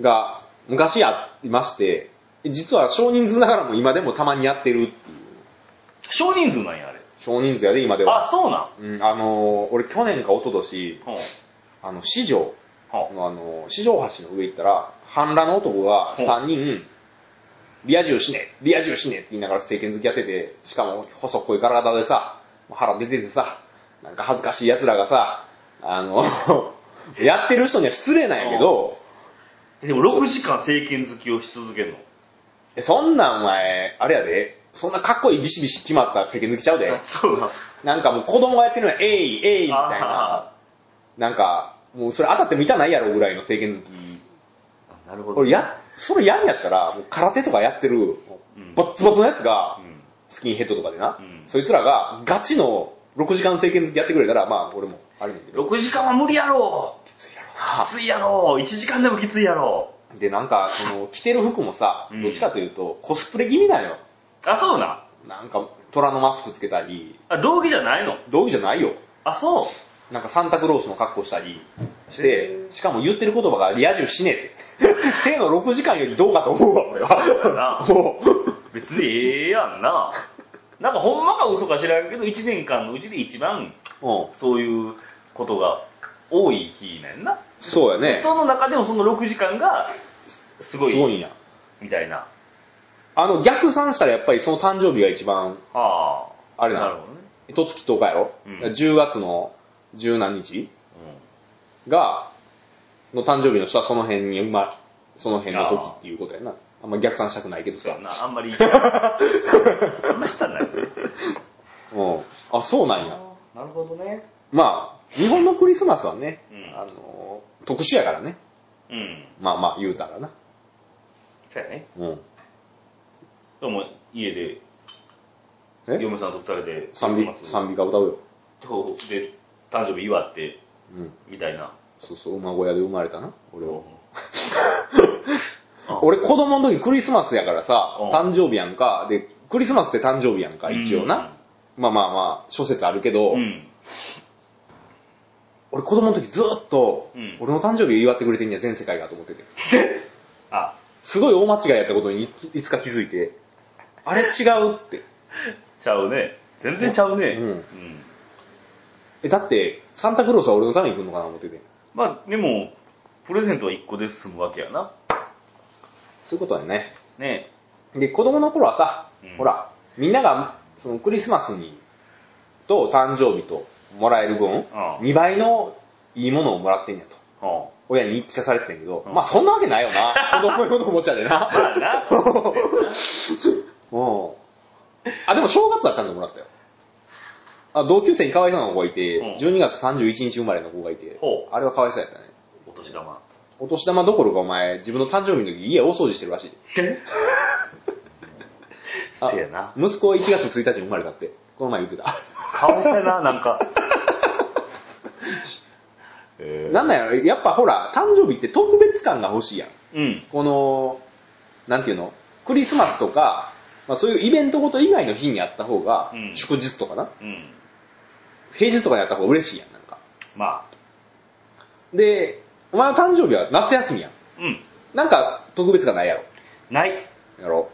Speaker 1: 画が昔ありまして、実は少人数ながらも今でもたまにやってるっていう。
Speaker 2: 少人数なんや、あれ。
Speaker 1: 少人数やで今では。
Speaker 2: あ、そうなん。
Speaker 1: うん、あのー俺去年か一昨年、
Speaker 2: ほう
Speaker 1: あの、市場
Speaker 2: ほ
Speaker 1: のあのー、市場橋の上行ったら、半裸の男が3人、リア充死ね、リア充死ねって言いながら政権好きやってて、しかも細っこい体でさ、腹出ててさ、なんか恥ずかしい奴らがさ、あの、 やってる人には失礼なんやけど、
Speaker 2: うでも6時間政権好きをし続けるの。
Speaker 1: えそんなんお前、あれやで、そんなかっこいいビシビシ決まった政権好きちゃうで
Speaker 2: あ、そうなん。
Speaker 1: なんかもう子供がやってるのは、えい、えい、みたいな、
Speaker 2: あ
Speaker 1: なんか、もうそれ当たっても痛ないやろぐらいの政権好き
Speaker 2: ーなるほど。
Speaker 1: 俺や、それやんやったら、もう空手とかやってる
Speaker 2: うん、
Speaker 1: ボッツボツのやつが
Speaker 2: う、ん。
Speaker 1: スキンヘッドとかでな、
Speaker 2: うん
Speaker 1: そいつらがガチの6時間政権好きやってくれたら、まあ俺もあれねんけど。
Speaker 2: 6時間は無理やろ
Speaker 1: きついや
Speaker 2: きついやろ !1 時間でもきついやろ
Speaker 1: ろなで、なんか、その、着てる服もさ
Speaker 2: うん、
Speaker 1: どっちかというと、コスプレ気味なのよ。
Speaker 2: あ、そうなん。
Speaker 1: なんか、虎のマスクつけたり、
Speaker 2: あ、道着じゃないの
Speaker 1: 道着じゃないよ。
Speaker 2: あ、そう。
Speaker 1: なんかサンタクロースの格好したりして、しかも言ってる言葉がリア充しねえって。 生の6時間よりどうかと思うわ、俺 は。
Speaker 2: そ
Speaker 1: もう
Speaker 2: 別にええやんな。なんかほんまか嘘か知らんけど、1年間のうちで一番
Speaker 1: うん。
Speaker 2: そういうことが多い日なんやな。
Speaker 1: そうやね。
Speaker 2: その中でもその6時間がすごい、
Speaker 1: すごいんや。
Speaker 2: みたいな。
Speaker 1: あの、逆算したらやっぱりその誕生日が一番、
Speaker 2: はあ。
Speaker 1: あれな
Speaker 2: な
Speaker 1: の
Speaker 2: るほどね。
Speaker 1: 一月10日やろ、
Speaker 2: うん
Speaker 1: ?10 月の十何日が、の誕生日の人はその辺に、まあ、その辺の時っていうことやな。あんま逆算したくないけど
Speaker 2: そう
Speaker 1: さ
Speaker 2: や。な、あんまり。 あんましたない。
Speaker 1: うん。あ、そうなんや。
Speaker 2: なるほどね。
Speaker 1: まあ、日本のクリスマスはね、
Speaker 2: うん
Speaker 1: あの、特殊やからね。
Speaker 2: うん。
Speaker 1: まあまあ、言うたらな。
Speaker 2: そうやね。
Speaker 1: うん。
Speaker 2: でも、家で、
Speaker 1: え
Speaker 2: 嫁さんと二人で、
Speaker 1: 賛美、賛美歌歌うよ。
Speaker 2: と、で、誕生日祝って、
Speaker 1: うん。
Speaker 2: みたい な。
Speaker 1: そうそう、馬小屋で生まれたな、俺は。
Speaker 2: うん
Speaker 1: 俺子供の時クリスマスやからさ
Speaker 2: うん、
Speaker 1: 誕生日やんか。で、クリスマスって誕生日やんか、一応な。まあまあまあ、諸説あるけど、
Speaker 2: うん。うん。
Speaker 1: 俺子供の時ずーっと
Speaker 2: うん、
Speaker 1: 俺の誕生日祝ってくれてんや、全世界がと思ってて。
Speaker 2: あ、
Speaker 1: すごい大間違いやったことにいついつか気づいて、あれ違うって。
Speaker 2: ちゃうね。全然ちゃうね。
Speaker 1: うん
Speaker 2: うん。
Speaker 1: え、だって、サンタクロースは俺のために来るのかな思ってて。
Speaker 2: まあ、でも、プレゼントは1個で済むわけやな。
Speaker 1: そういうことだよね。
Speaker 2: ね
Speaker 1: で、子供の頃はさ、
Speaker 2: うん
Speaker 1: ほら、みんなが、そのクリスマスに、と誕生日ともらえる分、2倍のいいものをもらってんやと。
Speaker 2: え。は
Speaker 1: 親に言い聞かされてたんやけど、
Speaker 2: うん
Speaker 1: まあそんなわけないよ な。子供用のおもちゃで
Speaker 2: あ、ま
Speaker 1: な。
Speaker 2: あな。
Speaker 1: うん。あ、でも正月はちゃんともらったよ。あ同級生にかわいそうな子がいて、
Speaker 2: うん
Speaker 1: 12月31日生まれの子がいて
Speaker 2: ほ、
Speaker 1: あれはかわいそうやったね。
Speaker 2: お年玉。
Speaker 1: お年玉どころかお前、自分の誕生日の時家大掃除してるらしいで。あ
Speaker 2: せやな。
Speaker 1: 息子は1月1日に生まれたって、この前言ってた。
Speaker 2: かわいそうや な、なんか。えー
Speaker 1: なんなんやろ、やっぱほら、誕生日って特別感が欲しいやん。
Speaker 2: うん。
Speaker 1: この、なんていうのクリスマスとか、まあ、そういうイベントごと以外の日にやった方が、
Speaker 2: うん
Speaker 1: 祝日とかな、
Speaker 2: うん。
Speaker 1: 平日とかにやった方が嬉しいやん、なんか。
Speaker 2: まあ、
Speaker 1: で、お前の誕生日は夏休みやん。
Speaker 2: うん。
Speaker 1: なんか特別感ないやろ。
Speaker 2: ない。
Speaker 1: やろ。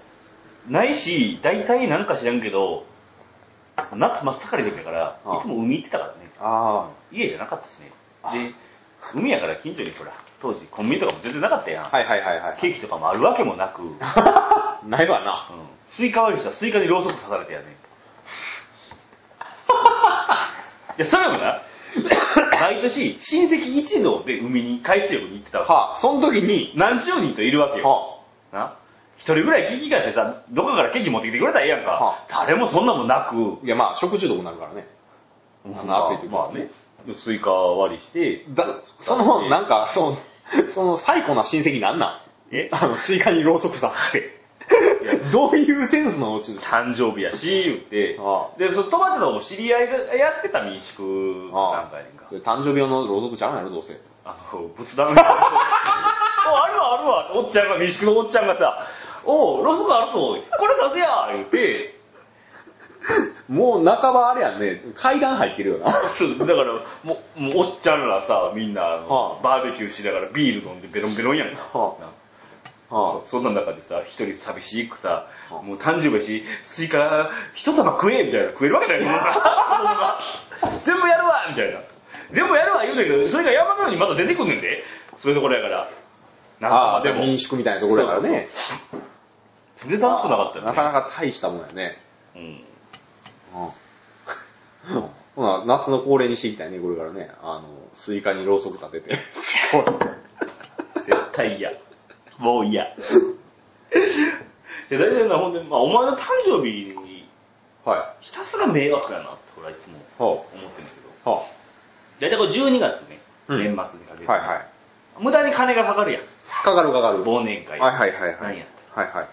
Speaker 2: ないし、大体なんか知らんけど、夏真っ盛りだったから、
Speaker 1: ああ
Speaker 2: いつも海行ってたからね。
Speaker 1: あ
Speaker 2: 家じゃなかったしね。
Speaker 1: あ。で、
Speaker 2: 海やから近所にほら、当時コンビニとかも全然なかったやん。
Speaker 1: はいはいはいは
Speaker 2: ケーキとかもあるわけもなく、うん、
Speaker 1: い。ないわな。
Speaker 2: スイカ割りしたらスイカにろうそく刺されてやねん。いや、それも な、毎年親戚一同で海に海水浴に行ってたわけ。
Speaker 1: はあ、その時に、
Speaker 2: 何十人といるわけよ。
Speaker 1: は
Speaker 2: な一人ぐらい聞き返してさ、どこかからケーキ持ってきてくれたらええやんか。
Speaker 1: はあ
Speaker 2: 誰もそんなもんなく、
Speaker 1: あ、いやまあ食中毒になるからね。あの暑い時
Speaker 2: まあね、スイカ割りして、
Speaker 1: だ、その、なんか、その、その、最古な親戚なんなん
Speaker 2: え
Speaker 1: あの、スイカにろうそくさせて。どういうセンスの落ちる
Speaker 2: 誕生日やし、言って、
Speaker 1: ああ
Speaker 2: で、その泊まってたのも知り合いがやってた民宿なんかやねんか。
Speaker 1: それ誕生日用のろうそくちゃうんやろ、どうせ。
Speaker 2: あの、仏壇みたいな。お、あるわ、あるわ、おっちゃんが、民宿のおっちゃんがさ、おう、ロスがあるぞ、これさせや、言って、
Speaker 1: もう半ばあれやんね、階段入ってるよな。
Speaker 2: そうだから、もう、もうおっちゃんらさ、みんな、あの
Speaker 1: はあ
Speaker 2: バーベキューしながらビール飲んでベロンベロンやんか。
Speaker 1: は
Speaker 2: な
Speaker 1: あ
Speaker 2: そんな中でさ、一人寂しくさ、
Speaker 1: はあ
Speaker 2: もう誕生日やし、スイカ一玉食えみたいな、食えるわけ ないよ。全部やるわみたいな。全部やるわ言うんだけど、それが山のようにまた出てくんねんで。そういうところやから。なんか
Speaker 1: ああ、
Speaker 2: で
Speaker 1: でも
Speaker 2: も、
Speaker 1: 民宿みたいなところやからね。
Speaker 2: 全然楽しくなかったよね。
Speaker 1: なかなか大したもんやね。
Speaker 2: うん。
Speaker 1: うん。ほな、夏の恒例にしていきたいね、これからね。あの、スイカにろうそく立て て。
Speaker 2: 絶対嫌。もう嫌。いや、大事なのはほんで、まあ、お前の誕生日に
Speaker 1: は
Speaker 2: ひたすら迷惑やなって、俺はいつも
Speaker 1: い。は
Speaker 2: 思ってるんだけど。
Speaker 1: あ。は
Speaker 2: 大体これ12月ね、
Speaker 1: うん
Speaker 2: 年末にかけて、
Speaker 1: あ。はいはい。
Speaker 2: 無駄に金がかかるやん。
Speaker 1: かかるかかる。
Speaker 2: 忘年会。
Speaker 1: はいはいはいは
Speaker 2: 何
Speaker 1: い。
Speaker 2: やった
Speaker 1: はいはい。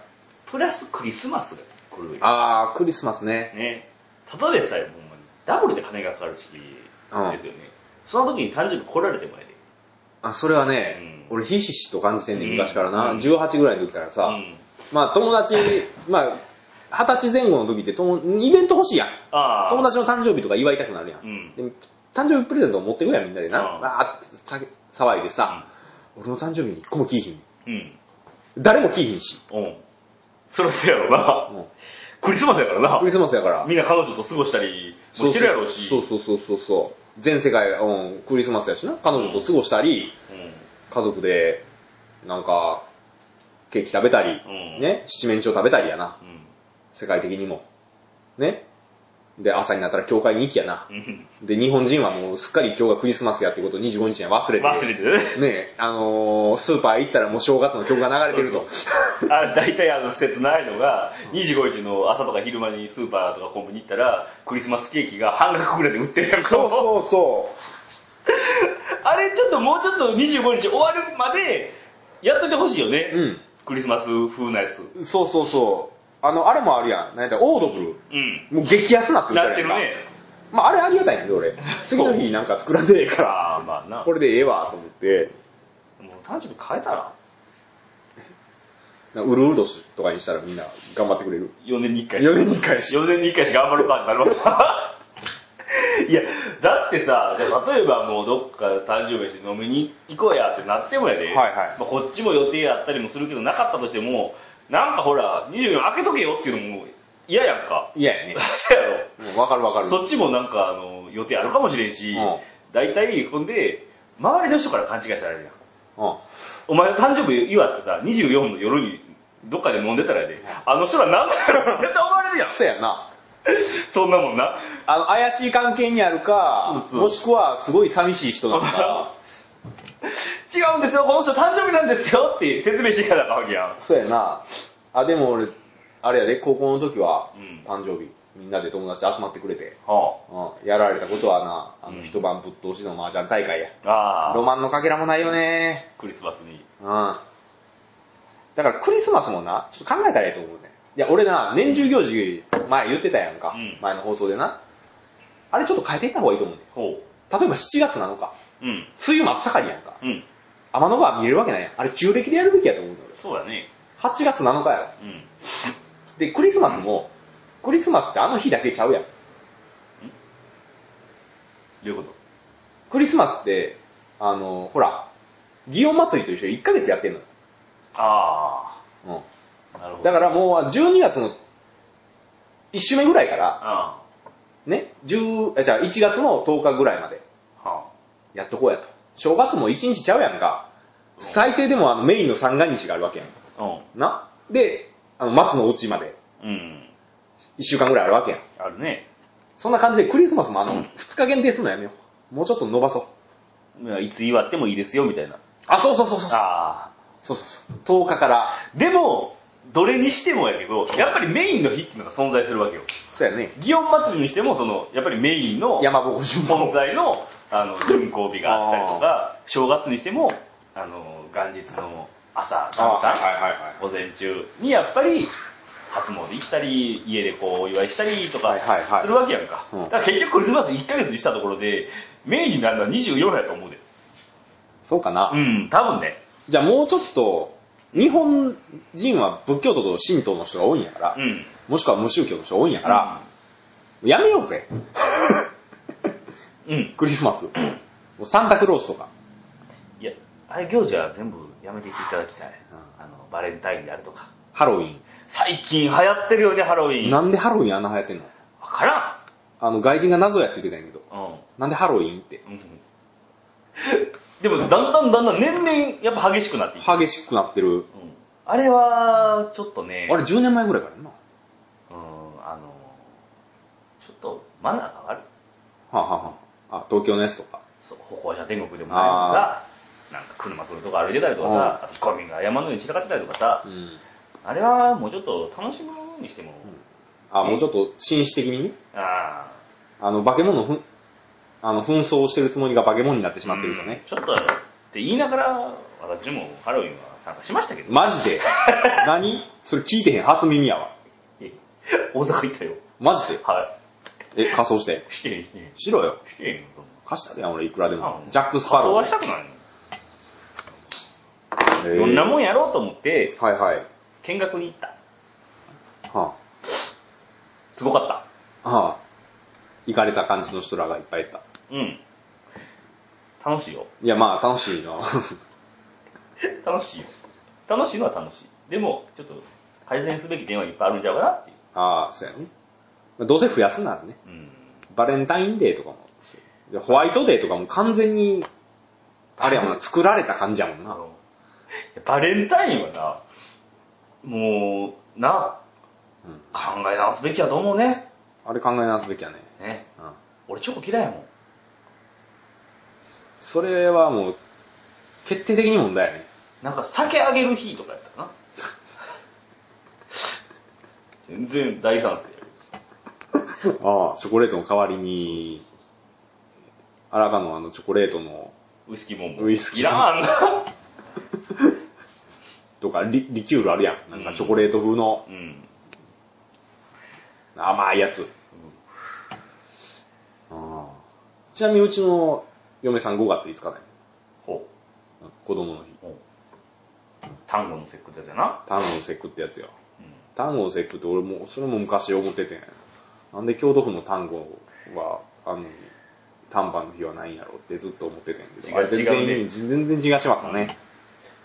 Speaker 2: プラスクリスマスが来るよ。
Speaker 1: ああ、クリスマスね。
Speaker 2: ね。ただでさえ、ほんまに、ダブルで金がかかる時期ですよね。その時に誕生日来られてもらえで。
Speaker 1: あ、それはね、
Speaker 2: うん
Speaker 1: 俺ひしひしと感じてんね、
Speaker 2: うん
Speaker 1: 昔からな。
Speaker 2: うん
Speaker 1: 18ぐらいの時からさ、
Speaker 2: うん。
Speaker 1: まあ友達、まあ、20歳前後の時って友、イベント欲しいやん。
Speaker 2: ああ。
Speaker 1: 友達の誕生日とか祝いたくなるやん。
Speaker 2: うん。
Speaker 1: で誕生日プレゼントを持ってくるやん、みんなでな。
Speaker 2: うん
Speaker 1: あーってさ騒いでさ、俺の誕生日に一個も聞いひん。
Speaker 2: うん。
Speaker 1: 誰も聞いひんし。
Speaker 2: うん。そらそうやろうな。
Speaker 1: うん
Speaker 2: クリスマスやから
Speaker 1: ク
Speaker 2: な
Speaker 1: リ。スマスやから。
Speaker 2: みんな彼女と過ごしたりもしてるやろうし。
Speaker 1: そうそうそうそうそう。全世界、うん、クリスマスやしな。彼女と過ごしたり、家族で、なんか、ケーキ食べたり、
Speaker 2: うん。うん。。
Speaker 1: ね、七面鳥食べたりやな。
Speaker 2: うん。
Speaker 1: 世界的にも。ね。で、朝になったら教会に行きやな。
Speaker 2: うん。
Speaker 1: で、日本人はもうすっかり今日がクリスマスやってことを25日には忘れて。
Speaker 2: 忘れてね。
Speaker 1: ねあのースーパー行ったらもう正月の曲が流れてる と。
Speaker 2: あ大体あの切ないのが25日の朝とか昼間にスーパーとかコンビニ行ったらクリスマスケーキが半額ぐらいで売ってるやんか
Speaker 1: そうそうそ
Speaker 2: あれちょっともうちょっと25日終わるまでやっといてほしいよね、
Speaker 1: う。う
Speaker 2: クリスマス風なやつ
Speaker 1: ん。そうそうそう。あの、あれもあるやん。なんやったらオードブル。
Speaker 2: うん
Speaker 1: もう激安なってるじゃ
Speaker 2: なっ
Speaker 1: な
Speaker 2: て
Speaker 1: い
Speaker 2: る
Speaker 1: か。
Speaker 2: ね
Speaker 1: まあ、あれありがたいねんで、俺。次の日なんか作らんでええか
Speaker 2: ああまあな
Speaker 1: ら。
Speaker 2: も
Speaker 1: これでええわ、と思って。
Speaker 2: う誕生日変えたら
Speaker 1: なんかうるうる年とかにしたらみんな頑張ってくれる。
Speaker 2: 4年に1回
Speaker 1: 4年に1回やし。
Speaker 2: 4年に1回しか頑張るかになるわけ いやだってさじゃあ例えばもうどっか誕生日して飲みに行こうやってなってもやで、
Speaker 1: はいはい
Speaker 2: まあ、こっちも予定あったりもするけどなかったとしてもなんかほら24明けとけよっていうのも嫌やんか。
Speaker 1: 嫌やね。
Speaker 2: そうやろ。
Speaker 1: もうわかるわかる。
Speaker 2: そっちもなんか、あの、予定あるかもしれんし
Speaker 1: うん、
Speaker 2: 大体、ほんで、周りの人から勘違いされるやん。
Speaker 1: う
Speaker 2: お前の誕生日祝ってさ、24の夜に、どっかで飲んでたらやで、あの人ら何だったら絶対思われるやん
Speaker 1: ん。。そうやな。
Speaker 2: そんなもんな。
Speaker 1: あの、怪しい関係にあるか、
Speaker 2: うんうん
Speaker 1: もしくは、すごい寂しい人なのか。
Speaker 2: 違うんですよ、この人誕生日なんですよって説明していかなあかんわけやん。
Speaker 1: そうやな。あ、でも俺、あれやで、高校の時は
Speaker 2: うん、
Speaker 1: 誕生日、みんなで友達集まってくれて、
Speaker 2: は
Speaker 1: うん、やられたことはな、あ
Speaker 2: う
Speaker 1: の、
Speaker 2: ん
Speaker 1: 一晩ぶっ通しの麻雀大会や。
Speaker 2: あ、あ
Speaker 1: ロマンのかけらもないよね。
Speaker 2: クリスマスに。
Speaker 1: うん。だからクリスマスもな、ちょっと考えたらいいと思うね。いや、俺な、年中行事、前言ってたやんか、
Speaker 2: うん
Speaker 1: 前の放送でな。あれちょっと変えていった方がいいと思うね。
Speaker 2: ほ
Speaker 1: 例えば7月7日、
Speaker 2: う。うん。
Speaker 1: 梅雨真っ盛りやんか。
Speaker 2: うん。
Speaker 1: 天の川見れるわけないやん。あれ旧暦でやるべきやと思うのよ。
Speaker 2: そうだね。
Speaker 1: 8月7日やろ。
Speaker 2: うん。
Speaker 1: で、クリスマスも、クリスマスってあの日だけちゃうやん。
Speaker 2: どういうこ
Speaker 1: クリスマスって、あの、ほら、祇園祭りと一緒に1ヶ月やってんのよ。
Speaker 2: とあ
Speaker 1: う
Speaker 2: あ。なるほ
Speaker 1: ん。
Speaker 2: ど。
Speaker 1: だからもう、12月の1週目ぐらいから、
Speaker 2: あ
Speaker 1: ね、10、えじゃあ1月の10日ぐらいまで、
Speaker 2: あ。は
Speaker 1: やっとこうやと。正月も1日ちゃうやんか。最低でもあのメインの三が日があるわけやん。
Speaker 2: あ。
Speaker 1: なで、あの、松のうちまで、
Speaker 2: うん。うん。
Speaker 1: 1週間ぐらいあるわけやん。
Speaker 2: あるね。
Speaker 1: そんな感じでクリスマスもあ
Speaker 2: う
Speaker 1: の、
Speaker 2: ん
Speaker 1: 2日限定すんのやめよう。もうちょっと伸ばそう。
Speaker 2: いつ祝ってもいいですよ、みたいな。
Speaker 1: あ、そうそうそうそうそう。
Speaker 2: あ
Speaker 1: そうそうそう。10日から、
Speaker 2: あ。でも、どれにしてもやけど、やっぱりメインの日っていうのが存在するわけよ。
Speaker 1: そうやね。
Speaker 2: 祇園祭りにしても、その、やっぱりメインの、
Speaker 1: 山ぼこ順
Speaker 2: 本在の、あの、巡行日があったりとか、正月にしても、あの、元日の朝、元旦
Speaker 1: はい
Speaker 2: 午前中にやっぱり初詣行ったり家でこうお祝いしたりとか
Speaker 1: はいはいはい
Speaker 2: するわけやんか、
Speaker 1: うん
Speaker 2: だから結局クリスマス1ヶ月にしたところでメインになるのは24やと思うで
Speaker 1: そうかな。
Speaker 2: うん多分ね
Speaker 1: じゃあもうちょっと、日本人は仏教徒と神道の人が多いんやから、
Speaker 2: うん
Speaker 1: もしくは無宗教の人が多いんやから、やめようぜ。
Speaker 2: うん、うん、
Speaker 1: クリスマ ス。もうサンタクロースとか。
Speaker 2: いやあれ行事は全部やめていっていただきたい、
Speaker 1: う
Speaker 2: あのバレンタインであるとか
Speaker 1: ハロウィ
Speaker 2: 最近流行ってるよねハロウ
Speaker 1: ン。
Speaker 2: ィン
Speaker 1: な
Speaker 2: わ
Speaker 1: んでハロウィンあんな流行ってんの
Speaker 2: から
Speaker 1: あの、外人が謎やって言ってたんやけど。
Speaker 2: んうん
Speaker 1: なんでハロウィンって。
Speaker 2: うんでもだんだんだんだん年々やっぱ激しくなっていく、
Speaker 1: 激しくなってる。
Speaker 2: うんあれはちょっとね
Speaker 1: あれ10年前ぐらいからやんな。は
Speaker 2: うん、あの、ちょっとマナーが悪い。
Speaker 1: あ、はあはあ、あ、東京のやつとか。
Speaker 2: そう、歩行者天国でもないのにさ、なんか車来るとか歩いてたりとかさ、あとゴミが山のように散らかってたりとかさ
Speaker 1: う、ん。あ
Speaker 2: あれはもうちょっと楽しむにしても、
Speaker 1: あ、もうちょっと紳士的にね。
Speaker 2: ああ、
Speaker 1: あの、化け物をふん、あの、紛争してるつもりが化け物になってしまってると
Speaker 2: う
Speaker 1: ね
Speaker 2: ん。ちょっと、って言いながら、私もハロウィンは参加しましたけど、
Speaker 1: マジで 何それ聞いてへん、初耳やわ。
Speaker 2: え大阪行ったよ。
Speaker 1: マジで
Speaker 2: は
Speaker 1: え、仮装して。
Speaker 2: い。してへん、してへん。
Speaker 1: しろよ。
Speaker 2: してへんよ、そんな
Speaker 1: 貸したでやん、俺、いくらでも
Speaker 2: う。ん
Speaker 1: ジャック・スパ
Speaker 2: そう
Speaker 1: ロ
Speaker 2: は
Speaker 1: ー
Speaker 2: したくないの。
Speaker 1: えー。
Speaker 2: いろんな
Speaker 1: は
Speaker 2: もんやろうと思って、
Speaker 1: いはい。
Speaker 2: 見学に行った。
Speaker 1: は
Speaker 2: すごかった。
Speaker 1: あ。はあ。行かれた感じの人らがいっぱいいた。
Speaker 2: うん。楽しいよ。
Speaker 1: いや、まあ、楽しい な。
Speaker 2: 楽しいよ。楽しいのは楽しい。でも、ちょっと、改善すべき点はいっぱいあるんちゃうかなっていう。
Speaker 1: ああ、そうやね。まあどうせ増やすならね。
Speaker 2: うん。
Speaker 1: バレンタインデーとかも。いやホワイトデーとかも完全に、あれやもんな、作られた感じやもん
Speaker 2: あ
Speaker 1: な。
Speaker 2: の、バレンタインはな、もう、な、
Speaker 1: うん。
Speaker 2: 考え直すべきやと思うね。
Speaker 1: あれ考え直すべきやね。
Speaker 2: ね。
Speaker 1: うん。
Speaker 2: 俺チョコ嫌いやもん。
Speaker 1: それはもう、決定的に問題やね。
Speaker 2: なんか酒あげる日とかやったかな。全然大賛成。
Speaker 1: ああ、チョコレートの代わりに、あらかのあのチョコレートの、
Speaker 2: ウイスキーもんも。
Speaker 1: ウイスキー
Speaker 2: いら んな。
Speaker 1: とかリ、リキュールあるやん。なんかチョコレート風の
Speaker 2: うん。
Speaker 1: 甘いやつ。ああちなみにうちの嫁さん5月5日だよ。
Speaker 2: ほ
Speaker 1: うん子供の日。
Speaker 2: う。ほう。単語の節句だよな。
Speaker 1: 単語の節句ってやつよ。
Speaker 2: うん。
Speaker 1: 単語の節句って俺も、それも昔思っててん。なんで京都府の単語は、あの、単番の日はないんやろってずっと思っててんけど。あれ全
Speaker 2: 違う違う
Speaker 1: 然、
Speaker 2: ね
Speaker 1: 全然違うしまったね。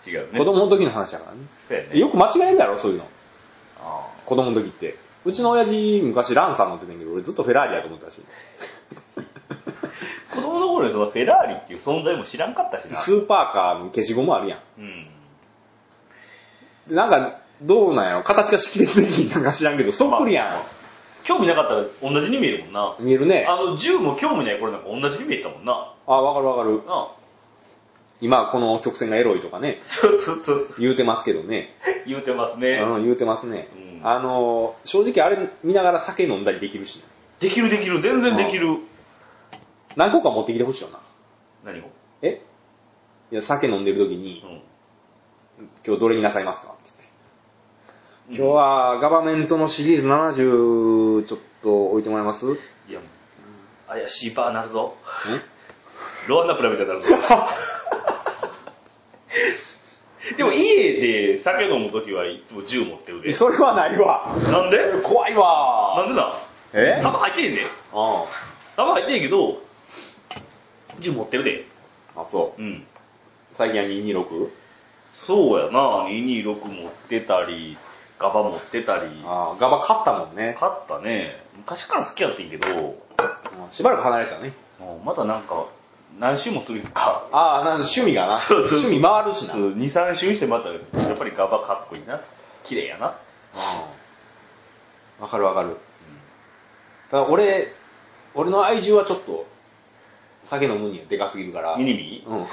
Speaker 2: 違うね。
Speaker 1: 子供の時の話だからね。
Speaker 2: そうやね。
Speaker 1: よく間違えるやろ、そういうの。
Speaker 2: あ
Speaker 1: 子供の時って。うちの親父、昔ランサー乗ってたんやけど、俺ずっとフェラーリやと思ってたし。
Speaker 2: 子供の頃にそのフェラーリっていう存在も知らんかったしな。
Speaker 1: スーパーカーの消しゴムあるやん。
Speaker 2: うん。
Speaker 1: でなんか、どうなんやろ形が識別できんなんか知らんけど、そっくりや
Speaker 2: 興味なかったら同じに見えるもんな。
Speaker 1: ん。見えるね。
Speaker 2: あの、銃も興味ない頃なんか同じに見えたもんな。
Speaker 1: あ、わかるわかる。
Speaker 2: なあ
Speaker 1: 今はこの曲線がエロいとかね、
Speaker 2: そうそうそう。
Speaker 1: 言うてますけどね。
Speaker 2: 言うてますね。
Speaker 1: うん、言うてますね。
Speaker 2: うん
Speaker 1: あの、正直あれ見ながら酒飲んだりできるし、
Speaker 2: できるできる、全然できる。
Speaker 1: 何個か持ってきてほしいよな。
Speaker 2: 何を
Speaker 1: えいや、酒飲んでる時に、今日どれになさいますかつって。
Speaker 2: うん
Speaker 1: 今日はガバメントのシリーズ70ちょっと置いてもらえます ん
Speaker 2: いや、怪しいバーなるぞ。ロアンナプラみたいになるぞ。でも家で酒飲むときはいつも銃持ってるで。
Speaker 1: それはないわ。
Speaker 2: なんで
Speaker 1: 怖いわ。
Speaker 2: なんでだ
Speaker 1: え
Speaker 2: 弾入ってへんで。
Speaker 1: あ
Speaker 2: 弾入ってへんけど、銃持ってるで。
Speaker 1: あ、そ
Speaker 2: うん。
Speaker 1: う。最近は 226?
Speaker 2: そうやな、226持ってたり、ガバ持ってたり。
Speaker 1: ああ、ガバ買ったもんね。
Speaker 2: 勝ったね。昔から好きやってんけど、
Speaker 1: うんしばらく離れたね。
Speaker 2: もうまだなんか、何周もするのか。
Speaker 1: ああ、なんか趣味がな。
Speaker 2: そうそう
Speaker 1: 趣味回るしな。
Speaker 2: 2、3周してまた、やっぱりガバかっこいいな。綺麗やな。
Speaker 1: うんわかるわかる。ただ俺、俺の愛獣はちょっと、酒飲むにはでかすぎるから。
Speaker 2: ミニミ
Speaker 1: うん。
Speaker 2: うん。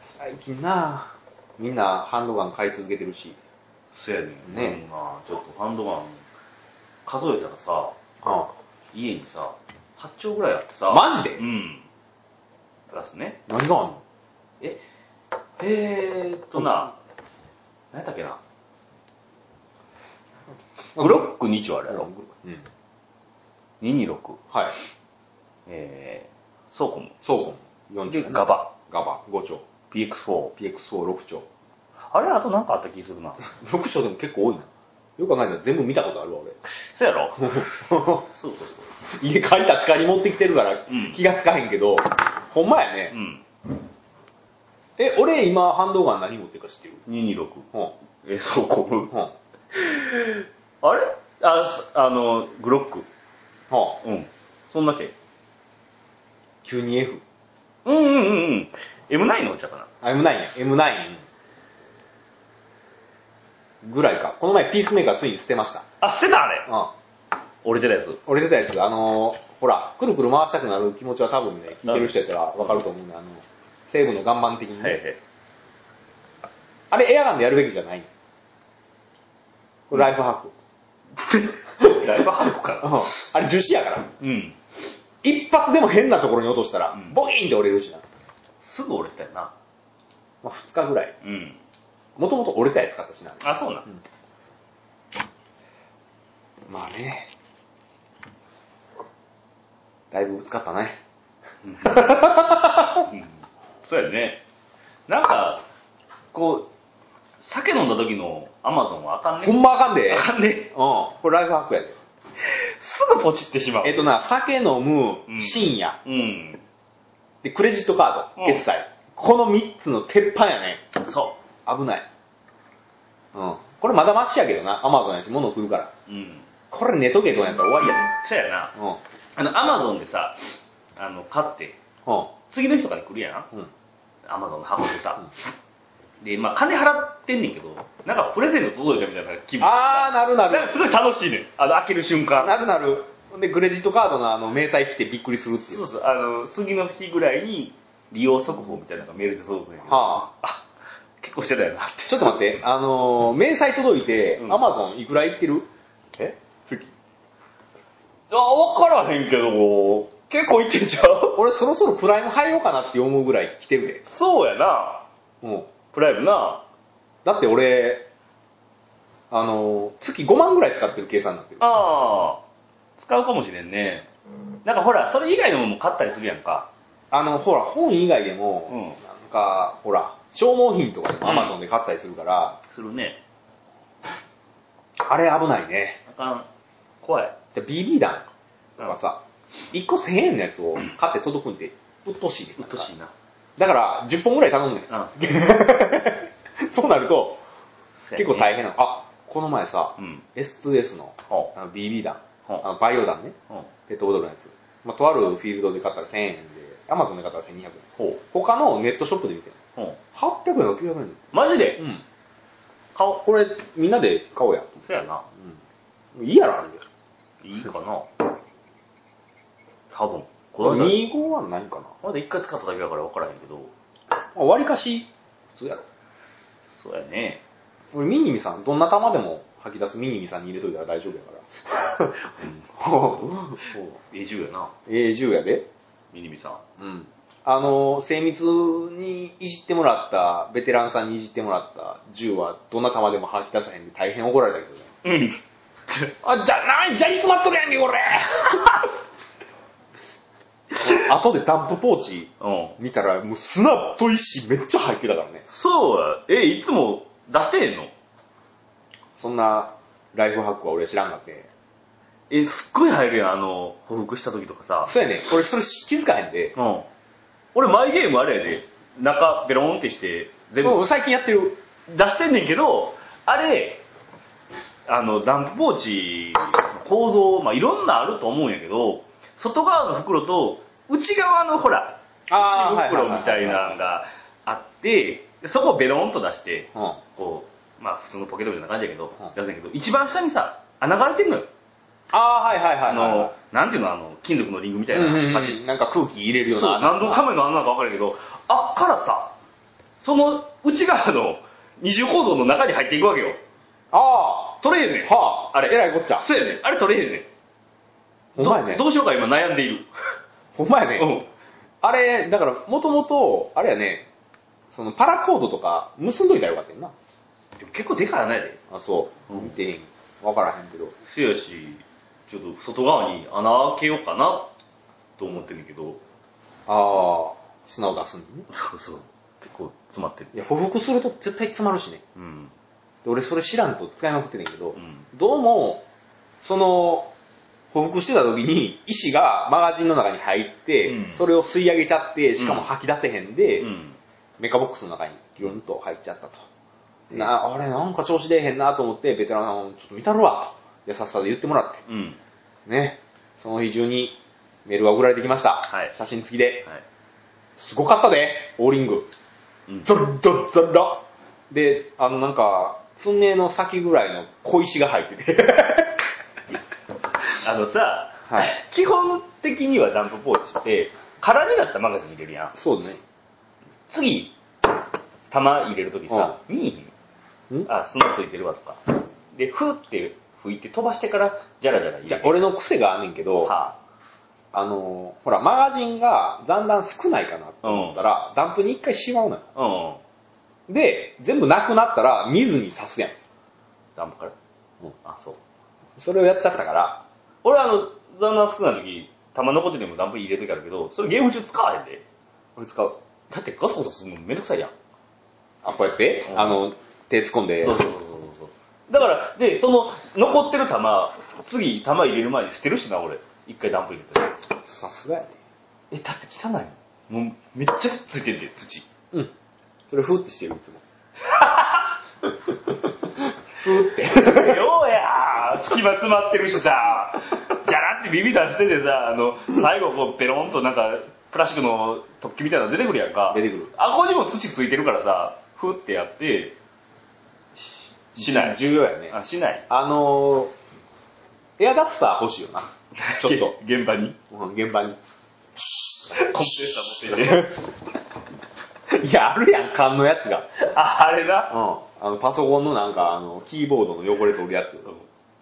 Speaker 1: 最近なみんなハンドガン買い続けてるし。
Speaker 2: そやねん。
Speaker 1: ね
Speaker 2: ねなちょっとハンドガン、数えたらさ、
Speaker 1: うん。
Speaker 2: 家にさ、8丁ぐらいあってさ。
Speaker 1: マジで
Speaker 2: うん。プラスね。
Speaker 1: 何があんの
Speaker 2: え、えーっとな、何やったっけな。ブロック2丁あるやろ。
Speaker 1: うん。
Speaker 2: 226。
Speaker 1: はい。
Speaker 2: えー、倉庫も。
Speaker 1: そうコン。
Speaker 2: で、
Speaker 1: 40
Speaker 2: ガ。バ。
Speaker 1: ガバ。5丁。
Speaker 2: PX4。
Speaker 1: PXO6 丁。
Speaker 2: あれあとなんかあった気する な。
Speaker 1: 6丁でも結構多いな。よく考えたら全部見たことあるわ、
Speaker 2: そうやろ
Speaker 1: 俺。
Speaker 2: そうそうそ う。
Speaker 1: 家帰った近に持ってきてるから
Speaker 2: うん
Speaker 1: 気がつかへんけど、ほんまや
Speaker 2: う
Speaker 1: ね。
Speaker 2: ん。
Speaker 1: え、俺今ハンドガン何持ってるか知ってる
Speaker 2: 226。
Speaker 1: うん。
Speaker 2: え、そう、こぶ。
Speaker 1: うん。うん。
Speaker 2: あれあ、すあの、グロック。うん。そんだけ。
Speaker 1: 92F。
Speaker 2: うんうんうんうん。M9 のお茶かな。
Speaker 1: あ、M9 や。M9。ぐらいか。この前ピースメーカーついに捨てました。
Speaker 2: あ、捨てたあれ。
Speaker 1: うん。
Speaker 2: 俺出たやつ。
Speaker 1: 俺出たやつ、あのーほら、くるくる回したくなる気持ちは多分ね、聞いてる人やったらわかると思うんで、あの、西部の岩盤的にね、
Speaker 2: はいはい。
Speaker 1: あれエアガンでやるべきじゃないこれライフハック。
Speaker 2: ライブハーフ
Speaker 1: う
Speaker 2: か
Speaker 1: んあれ樹脂やから。
Speaker 2: な。うん。
Speaker 1: 一発でも変なところに落としたら
Speaker 2: う、ん
Speaker 1: ボキーンって折れるしな。
Speaker 2: すぐ折れてたよな。
Speaker 1: まあ、二日ぐらい。
Speaker 2: うん。
Speaker 1: もともと折れたやつ買ったしな。
Speaker 2: あ、そうな。
Speaker 1: まあね。だいぶぶつかったね。
Speaker 2: うんそうやね。なんか、こう、酒飲んだ時のアマゾンはあかんね。
Speaker 1: ほんまあかんで。う ん
Speaker 2: あ。かんね。
Speaker 1: これライフハックやで。
Speaker 2: すぐポチってしまう。
Speaker 1: えっとな、酒飲
Speaker 2: う
Speaker 1: む、
Speaker 2: ん
Speaker 1: 深夜、
Speaker 2: うん。
Speaker 1: で、クレジットカー
Speaker 2: う
Speaker 1: ド、
Speaker 2: ん
Speaker 1: 決済。この3つの鉄板やね。
Speaker 2: そ
Speaker 1: 危ない。うん。これまだマシやけどな。アマゾンやし、物食うから。
Speaker 2: う。うん。
Speaker 1: これ寝とけとやったら終わりやね。
Speaker 2: そうやな。
Speaker 1: うん。
Speaker 2: あの、アマゾンでさ、あの、買って、次の日とかに来るやん。
Speaker 1: うん。うん。
Speaker 2: アマゾンの箱でさ。で、まあ、金払ってんねんけど、なんかプレゼント届いたみたいな気分。
Speaker 1: あー、なるな
Speaker 2: なん
Speaker 1: る
Speaker 2: か。すごい楽しいねん。あの、開ける瞬間。
Speaker 1: なるなる。ほんで、クレジットカードのあの、明細来てびっくりするってい
Speaker 2: そう
Speaker 1: う。
Speaker 2: そう、あの、次の日ぐらいに、利用速報みたいなのがメールで届くんやけど、
Speaker 1: はあ。
Speaker 2: あ、結構してたよなって。
Speaker 1: ちょっと待って、あのー、明細届いて、
Speaker 2: うん
Speaker 1: アマゾンいくらいってる
Speaker 2: え
Speaker 1: 月。
Speaker 2: あ、わからへんけど、結構いってんちゃう
Speaker 1: 俺そろそろプライム入ろうかなって思うぐらい来てるで。
Speaker 2: そうやな。
Speaker 1: うん。
Speaker 2: プライムな。
Speaker 1: だって俺、あのー、月5万ぐらい使ってる計算になってる。
Speaker 2: ああ、使うかもしれんね。なんかほら、それ以外のものも買ったりするやんか。
Speaker 1: あの、ほら、本以外でも、
Speaker 2: うん
Speaker 1: なんか、ほら、消耗品とかでも
Speaker 2: うん
Speaker 1: Amazon で買ったりするから、
Speaker 2: するね。
Speaker 1: あれ危ないね。
Speaker 2: あかん。怖い。
Speaker 1: じゃあ BB 弾とかさ、1個1000円のやつを買って届くんで、うっとうしいね。
Speaker 2: うっとうしいな。
Speaker 1: だから、10本ぐらい頼むねん。
Speaker 2: うん。
Speaker 1: そうなると、
Speaker 2: や
Speaker 1: 結
Speaker 2: ね
Speaker 1: 構大変なの。あ、この前さ、
Speaker 2: うん
Speaker 1: S2S の
Speaker 2: ほう
Speaker 1: あの BB 弾、
Speaker 2: ほう
Speaker 1: あのバイオ弾ね、
Speaker 2: ほ
Speaker 1: ペットボトルのやつ。まあ、とあるフィールドで買ったら1000円で、アマゾンで買ったら1200円。
Speaker 2: う
Speaker 1: 他のネットショップで見てる。
Speaker 2: ほう
Speaker 1: 800円と900円。
Speaker 2: マジで
Speaker 1: うん。
Speaker 2: 買おう
Speaker 1: これ、みんなで買おうや。
Speaker 2: そやな
Speaker 1: うん。いいやろ、あれで。
Speaker 2: いいかな多分こ
Speaker 1: これ
Speaker 2: の間
Speaker 1: 25はないんかな。
Speaker 2: この間一回使っただけだから分からへんけど
Speaker 1: まあ割かし、普通やろ。
Speaker 2: そうやね
Speaker 1: 俺、ミニミさん、どんな玉でも吐き出すミニミさんに入れといたら大丈夫やから。
Speaker 2: 永住やな
Speaker 1: A10 やで。
Speaker 2: ミニミさん
Speaker 1: うん。あの、精密にいじってもらった、ベテランさんにいじってもらった銃は、どんな弾でも吐き出さへんで大変怒られたけどね。
Speaker 2: うん
Speaker 1: あ、じゃ、なに、じゃに詰まっとるやんけ、これ 後でダンプポーチ
Speaker 2: うん
Speaker 1: 見たら、もう砂と石めっちゃ入ってたからね。
Speaker 2: そうやえいつも出してへんの
Speaker 1: そんなライフハックは俺知らんかって。
Speaker 2: えすっごい入るやんあの補服した時とかさ
Speaker 1: そうやね、俺それ気づかへんで。
Speaker 2: うん俺マイゲームあれやで中ベロンってして全
Speaker 1: も
Speaker 2: 部
Speaker 1: う最近やってる。
Speaker 2: 出してんねんけどあれあのダンプポーチの構造、まあ、いろんなあると思うんやけど外側の袋と内側のほら
Speaker 1: あ
Speaker 2: 内袋みたいなのがあってそこをベロンと出して
Speaker 1: うん。あ
Speaker 2: こうまあ普通のポケットみたいな感じやけど
Speaker 1: うん
Speaker 2: 出すんやけど一番下にさ穴が開いてんのよ
Speaker 1: あー、はいはいはい
Speaker 2: あ
Speaker 1: はいはい
Speaker 2: の、なんていうの、あの、金属のリングみたい
Speaker 1: うん
Speaker 2: な、
Speaker 1: うんうん
Speaker 2: パチッ
Speaker 1: なんか空気入れるよう
Speaker 2: そう、
Speaker 1: な。
Speaker 2: 何のための穴なのか分からんけど、あっからさ、その内側の二重構造の中に入っていくわけよ。
Speaker 1: あ
Speaker 2: 取れへんね
Speaker 1: あ、
Speaker 2: ん。
Speaker 1: はあ、
Speaker 2: あれ
Speaker 1: えらいこっちゃ。
Speaker 2: そうやねん。あれ取れへんねん。
Speaker 1: ほんまやね
Speaker 2: ど。うしようか今悩んでいる。
Speaker 1: ほんまや
Speaker 2: う
Speaker 1: ね。
Speaker 2: ん。
Speaker 1: あれ、だから、もともと、あれやね、そのパラコードとか結んどいたらよかったよな。
Speaker 2: でも結構でかい穴やで。
Speaker 1: あ、そう。
Speaker 2: うん
Speaker 1: 見てへん。わからへんけど。
Speaker 2: せやし、ちょっと外側に穴開けようかな、と思ってるけど、
Speaker 1: ああ、砂を出すんね。
Speaker 2: そうそう。結構詰まってる。
Speaker 1: いや、補服すると絶対詰まるしね。
Speaker 2: うん。
Speaker 1: で俺それ知らんと使いまくってんねんけど、
Speaker 2: うん。
Speaker 1: どうも、その、補服してた時に、石がマガジンの中に入って、
Speaker 2: うん
Speaker 1: それを吸い上げちゃって、しかも吐き出せへんで、
Speaker 2: うん。
Speaker 1: メカボックスの中にギロンと入っちゃったと。
Speaker 2: うん
Speaker 1: なあれ、なんか調子出えへんなと思って、ベテランさんをちょっと見たるわ、と優しさで言ってもらって。
Speaker 2: うん。
Speaker 1: ね。その日中にメールが送られてきました。
Speaker 2: はい
Speaker 1: 写真付きで。
Speaker 2: はい。
Speaker 1: すごかったで、オーリング。
Speaker 2: うん
Speaker 1: ザラッザラッザラッで、あのなんか、爪の先ぐらいの小石が入ってて。
Speaker 2: あのさ、
Speaker 1: はい
Speaker 2: 基本的にはダンプポーチって、空になったマガジン入れるやん。
Speaker 1: そうね。
Speaker 2: 次、玉入れるときさ、見えへん
Speaker 1: ん。
Speaker 2: あ、砂ついてるわとか。で、ふって吹いて飛ばしてから、じゃらじゃら入れる。
Speaker 1: じゃあ、俺の癖があんねんけど、
Speaker 2: は
Speaker 1: あのー、ほら、マガジンがだんだん少ないかなと思ったら、ダンプに一回しまうのよ。
Speaker 2: あ、うん。
Speaker 1: で、全部なくなったら、見ずに刺すやん。
Speaker 2: ダンプから。
Speaker 1: うん
Speaker 2: あ、そう。
Speaker 1: それをやっちゃったから、
Speaker 2: 俺あの、残弾少ないとき、玉残っててもダンプ入れるときあるけど、それゲーム中使わへんで。
Speaker 1: 俺使う。
Speaker 2: だってガソガソするのめんどくさいやん。
Speaker 1: あ、こうやって、
Speaker 2: うん
Speaker 1: あの、手突っ込んで、
Speaker 2: そうそうそうそうそう。だから、で、その、残ってる玉、次、玉入れる前に捨てるしな、俺。一回ダンプ入れて。
Speaker 1: さすがやね。
Speaker 2: え、だって汚いもん。もう、めっちゃついてんで、 土。
Speaker 1: うん。それ、ふーってしてる、いつも。
Speaker 2: ようやー隙間詰まってるしさ、じゃらって耳出しててさ、あの、最後こう、ペロンとなんか、プラスチックの突起みたいなの出てくるやんか。
Speaker 1: 出てくる
Speaker 2: あ、ここにも土ついてるからさ、ふってやって、ししない。
Speaker 1: 重要やね。
Speaker 2: あ、しない。
Speaker 1: あのー、エアダッサー欲しい よな。ちょっと。
Speaker 2: げ現 場に。
Speaker 1: うん現場に。
Speaker 2: コンプレッサー持ってきて。
Speaker 1: いや、あるやん、缶のやつが。
Speaker 2: あ、あれ
Speaker 1: うん。
Speaker 2: な。
Speaker 1: あの、パソコンのなんか、あの、キーボードの汚れ取るやつ。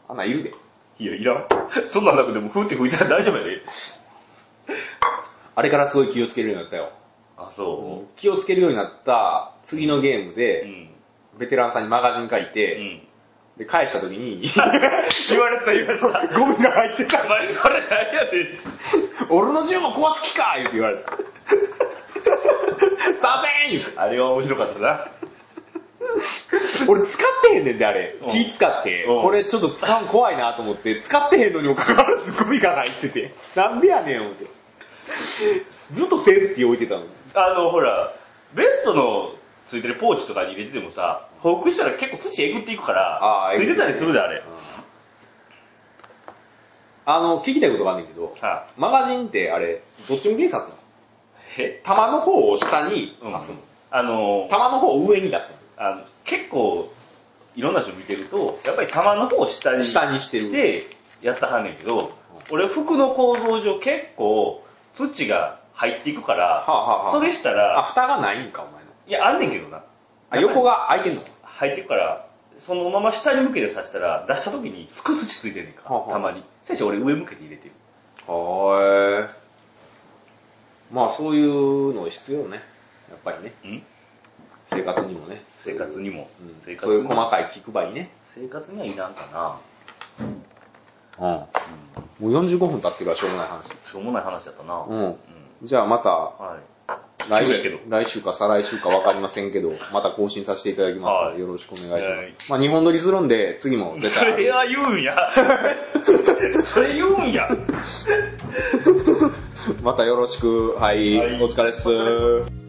Speaker 1: あんなんいるで。
Speaker 2: いや、いらん。そんなんなくても、ふって吹いたら大丈夫やで。
Speaker 1: あれからすごい気をつけるようになったよ。
Speaker 2: あ、そ
Speaker 1: 気をつけるようになった次のゲーム
Speaker 2: う。う
Speaker 1: で、
Speaker 2: ん。
Speaker 1: ベテランさんにマガジン書いうて、
Speaker 2: ん。
Speaker 1: で、返した時に、
Speaker 2: 言われてた、言われてた。
Speaker 1: ゴミが入って
Speaker 2: お
Speaker 1: た。
Speaker 2: 前これ何やで
Speaker 1: 俺の銃も壊す気か言って 言われた。させん言うて
Speaker 2: あれは面白かったな。
Speaker 1: 俺使ってへんねんで、あれ
Speaker 2: う。ん
Speaker 1: 気使って。
Speaker 2: うん
Speaker 1: これちょっと使うの怖いなと思って、使ってへんのにもかかわらずゴミが入ってて。なんでやねん、思って。ずっとセーフティー置いてたのに。
Speaker 2: あの、ほら、ベストのついてるポーチとかに入れててもさ、報復したら結構土えぐっていくから、
Speaker 1: あー
Speaker 2: ついてたりするで、あ
Speaker 1: う
Speaker 2: れ
Speaker 1: ん。あの、聞きたいことがあんねんけど、
Speaker 2: は
Speaker 1: マガジンってあれ、どっち向きに刺すの
Speaker 2: いえ
Speaker 1: 玉の方を下に
Speaker 2: うん
Speaker 1: 刺すの、
Speaker 2: あのー
Speaker 1: 玉の方を上に出す
Speaker 2: あの結構、いろんな人見てると、やっぱり玉の方を下
Speaker 1: の
Speaker 2: に
Speaker 1: 下にしてる。
Speaker 2: してやったはんねんけど、俺服の構造上結構土が入っていくから、
Speaker 1: はあはあはあ
Speaker 2: それした
Speaker 1: あ、
Speaker 2: ら、
Speaker 1: 蓋がないんか、お前の。
Speaker 2: いや、あんねんけどな。
Speaker 1: あ、横が開いてんの
Speaker 2: 入ってくから、そのまま下に向けて刺したら、出した時につく土ついてんねんか
Speaker 1: はあは、あ
Speaker 2: たまに。先生俺上向けて入れてる。
Speaker 1: はーい。まあそういうの必要ね。やっぱりね。
Speaker 2: うん
Speaker 1: 生活にもね。
Speaker 2: 生活にも。
Speaker 1: うん
Speaker 2: 生活
Speaker 1: そういう
Speaker 2: に
Speaker 1: 細
Speaker 2: も。
Speaker 1: かい気配りね。
Speaker 2: 生活にはいらんかな。
Speaker 1: うん。もう45分経ってるからしょうもない話。
Speaker 2: しょうもない話だったな。うん。
Speaker 1: うん。じゃあまた、
Speaker 2: は
Speaker 1: 来
Speaker 2: い。そうや
Speaker 1: 週
Speaker 2: けど
Speaker 1: 来週か再来週かわかりませんけど、また更新させていただきますので、
Speaker 2: はい
Speaker 1: よろしくお願いします。
Speaker 2: はい
Speaker 1: まあ日本撮りするんで、次も出た
Speaker 2: そ
Speaker 1: ら。
Speaker 2: れは言うんや。それ言うんや。
Speaker 1: またよろしく。はい、
Speaker 2: はい
Speaker 1: お疲れっす。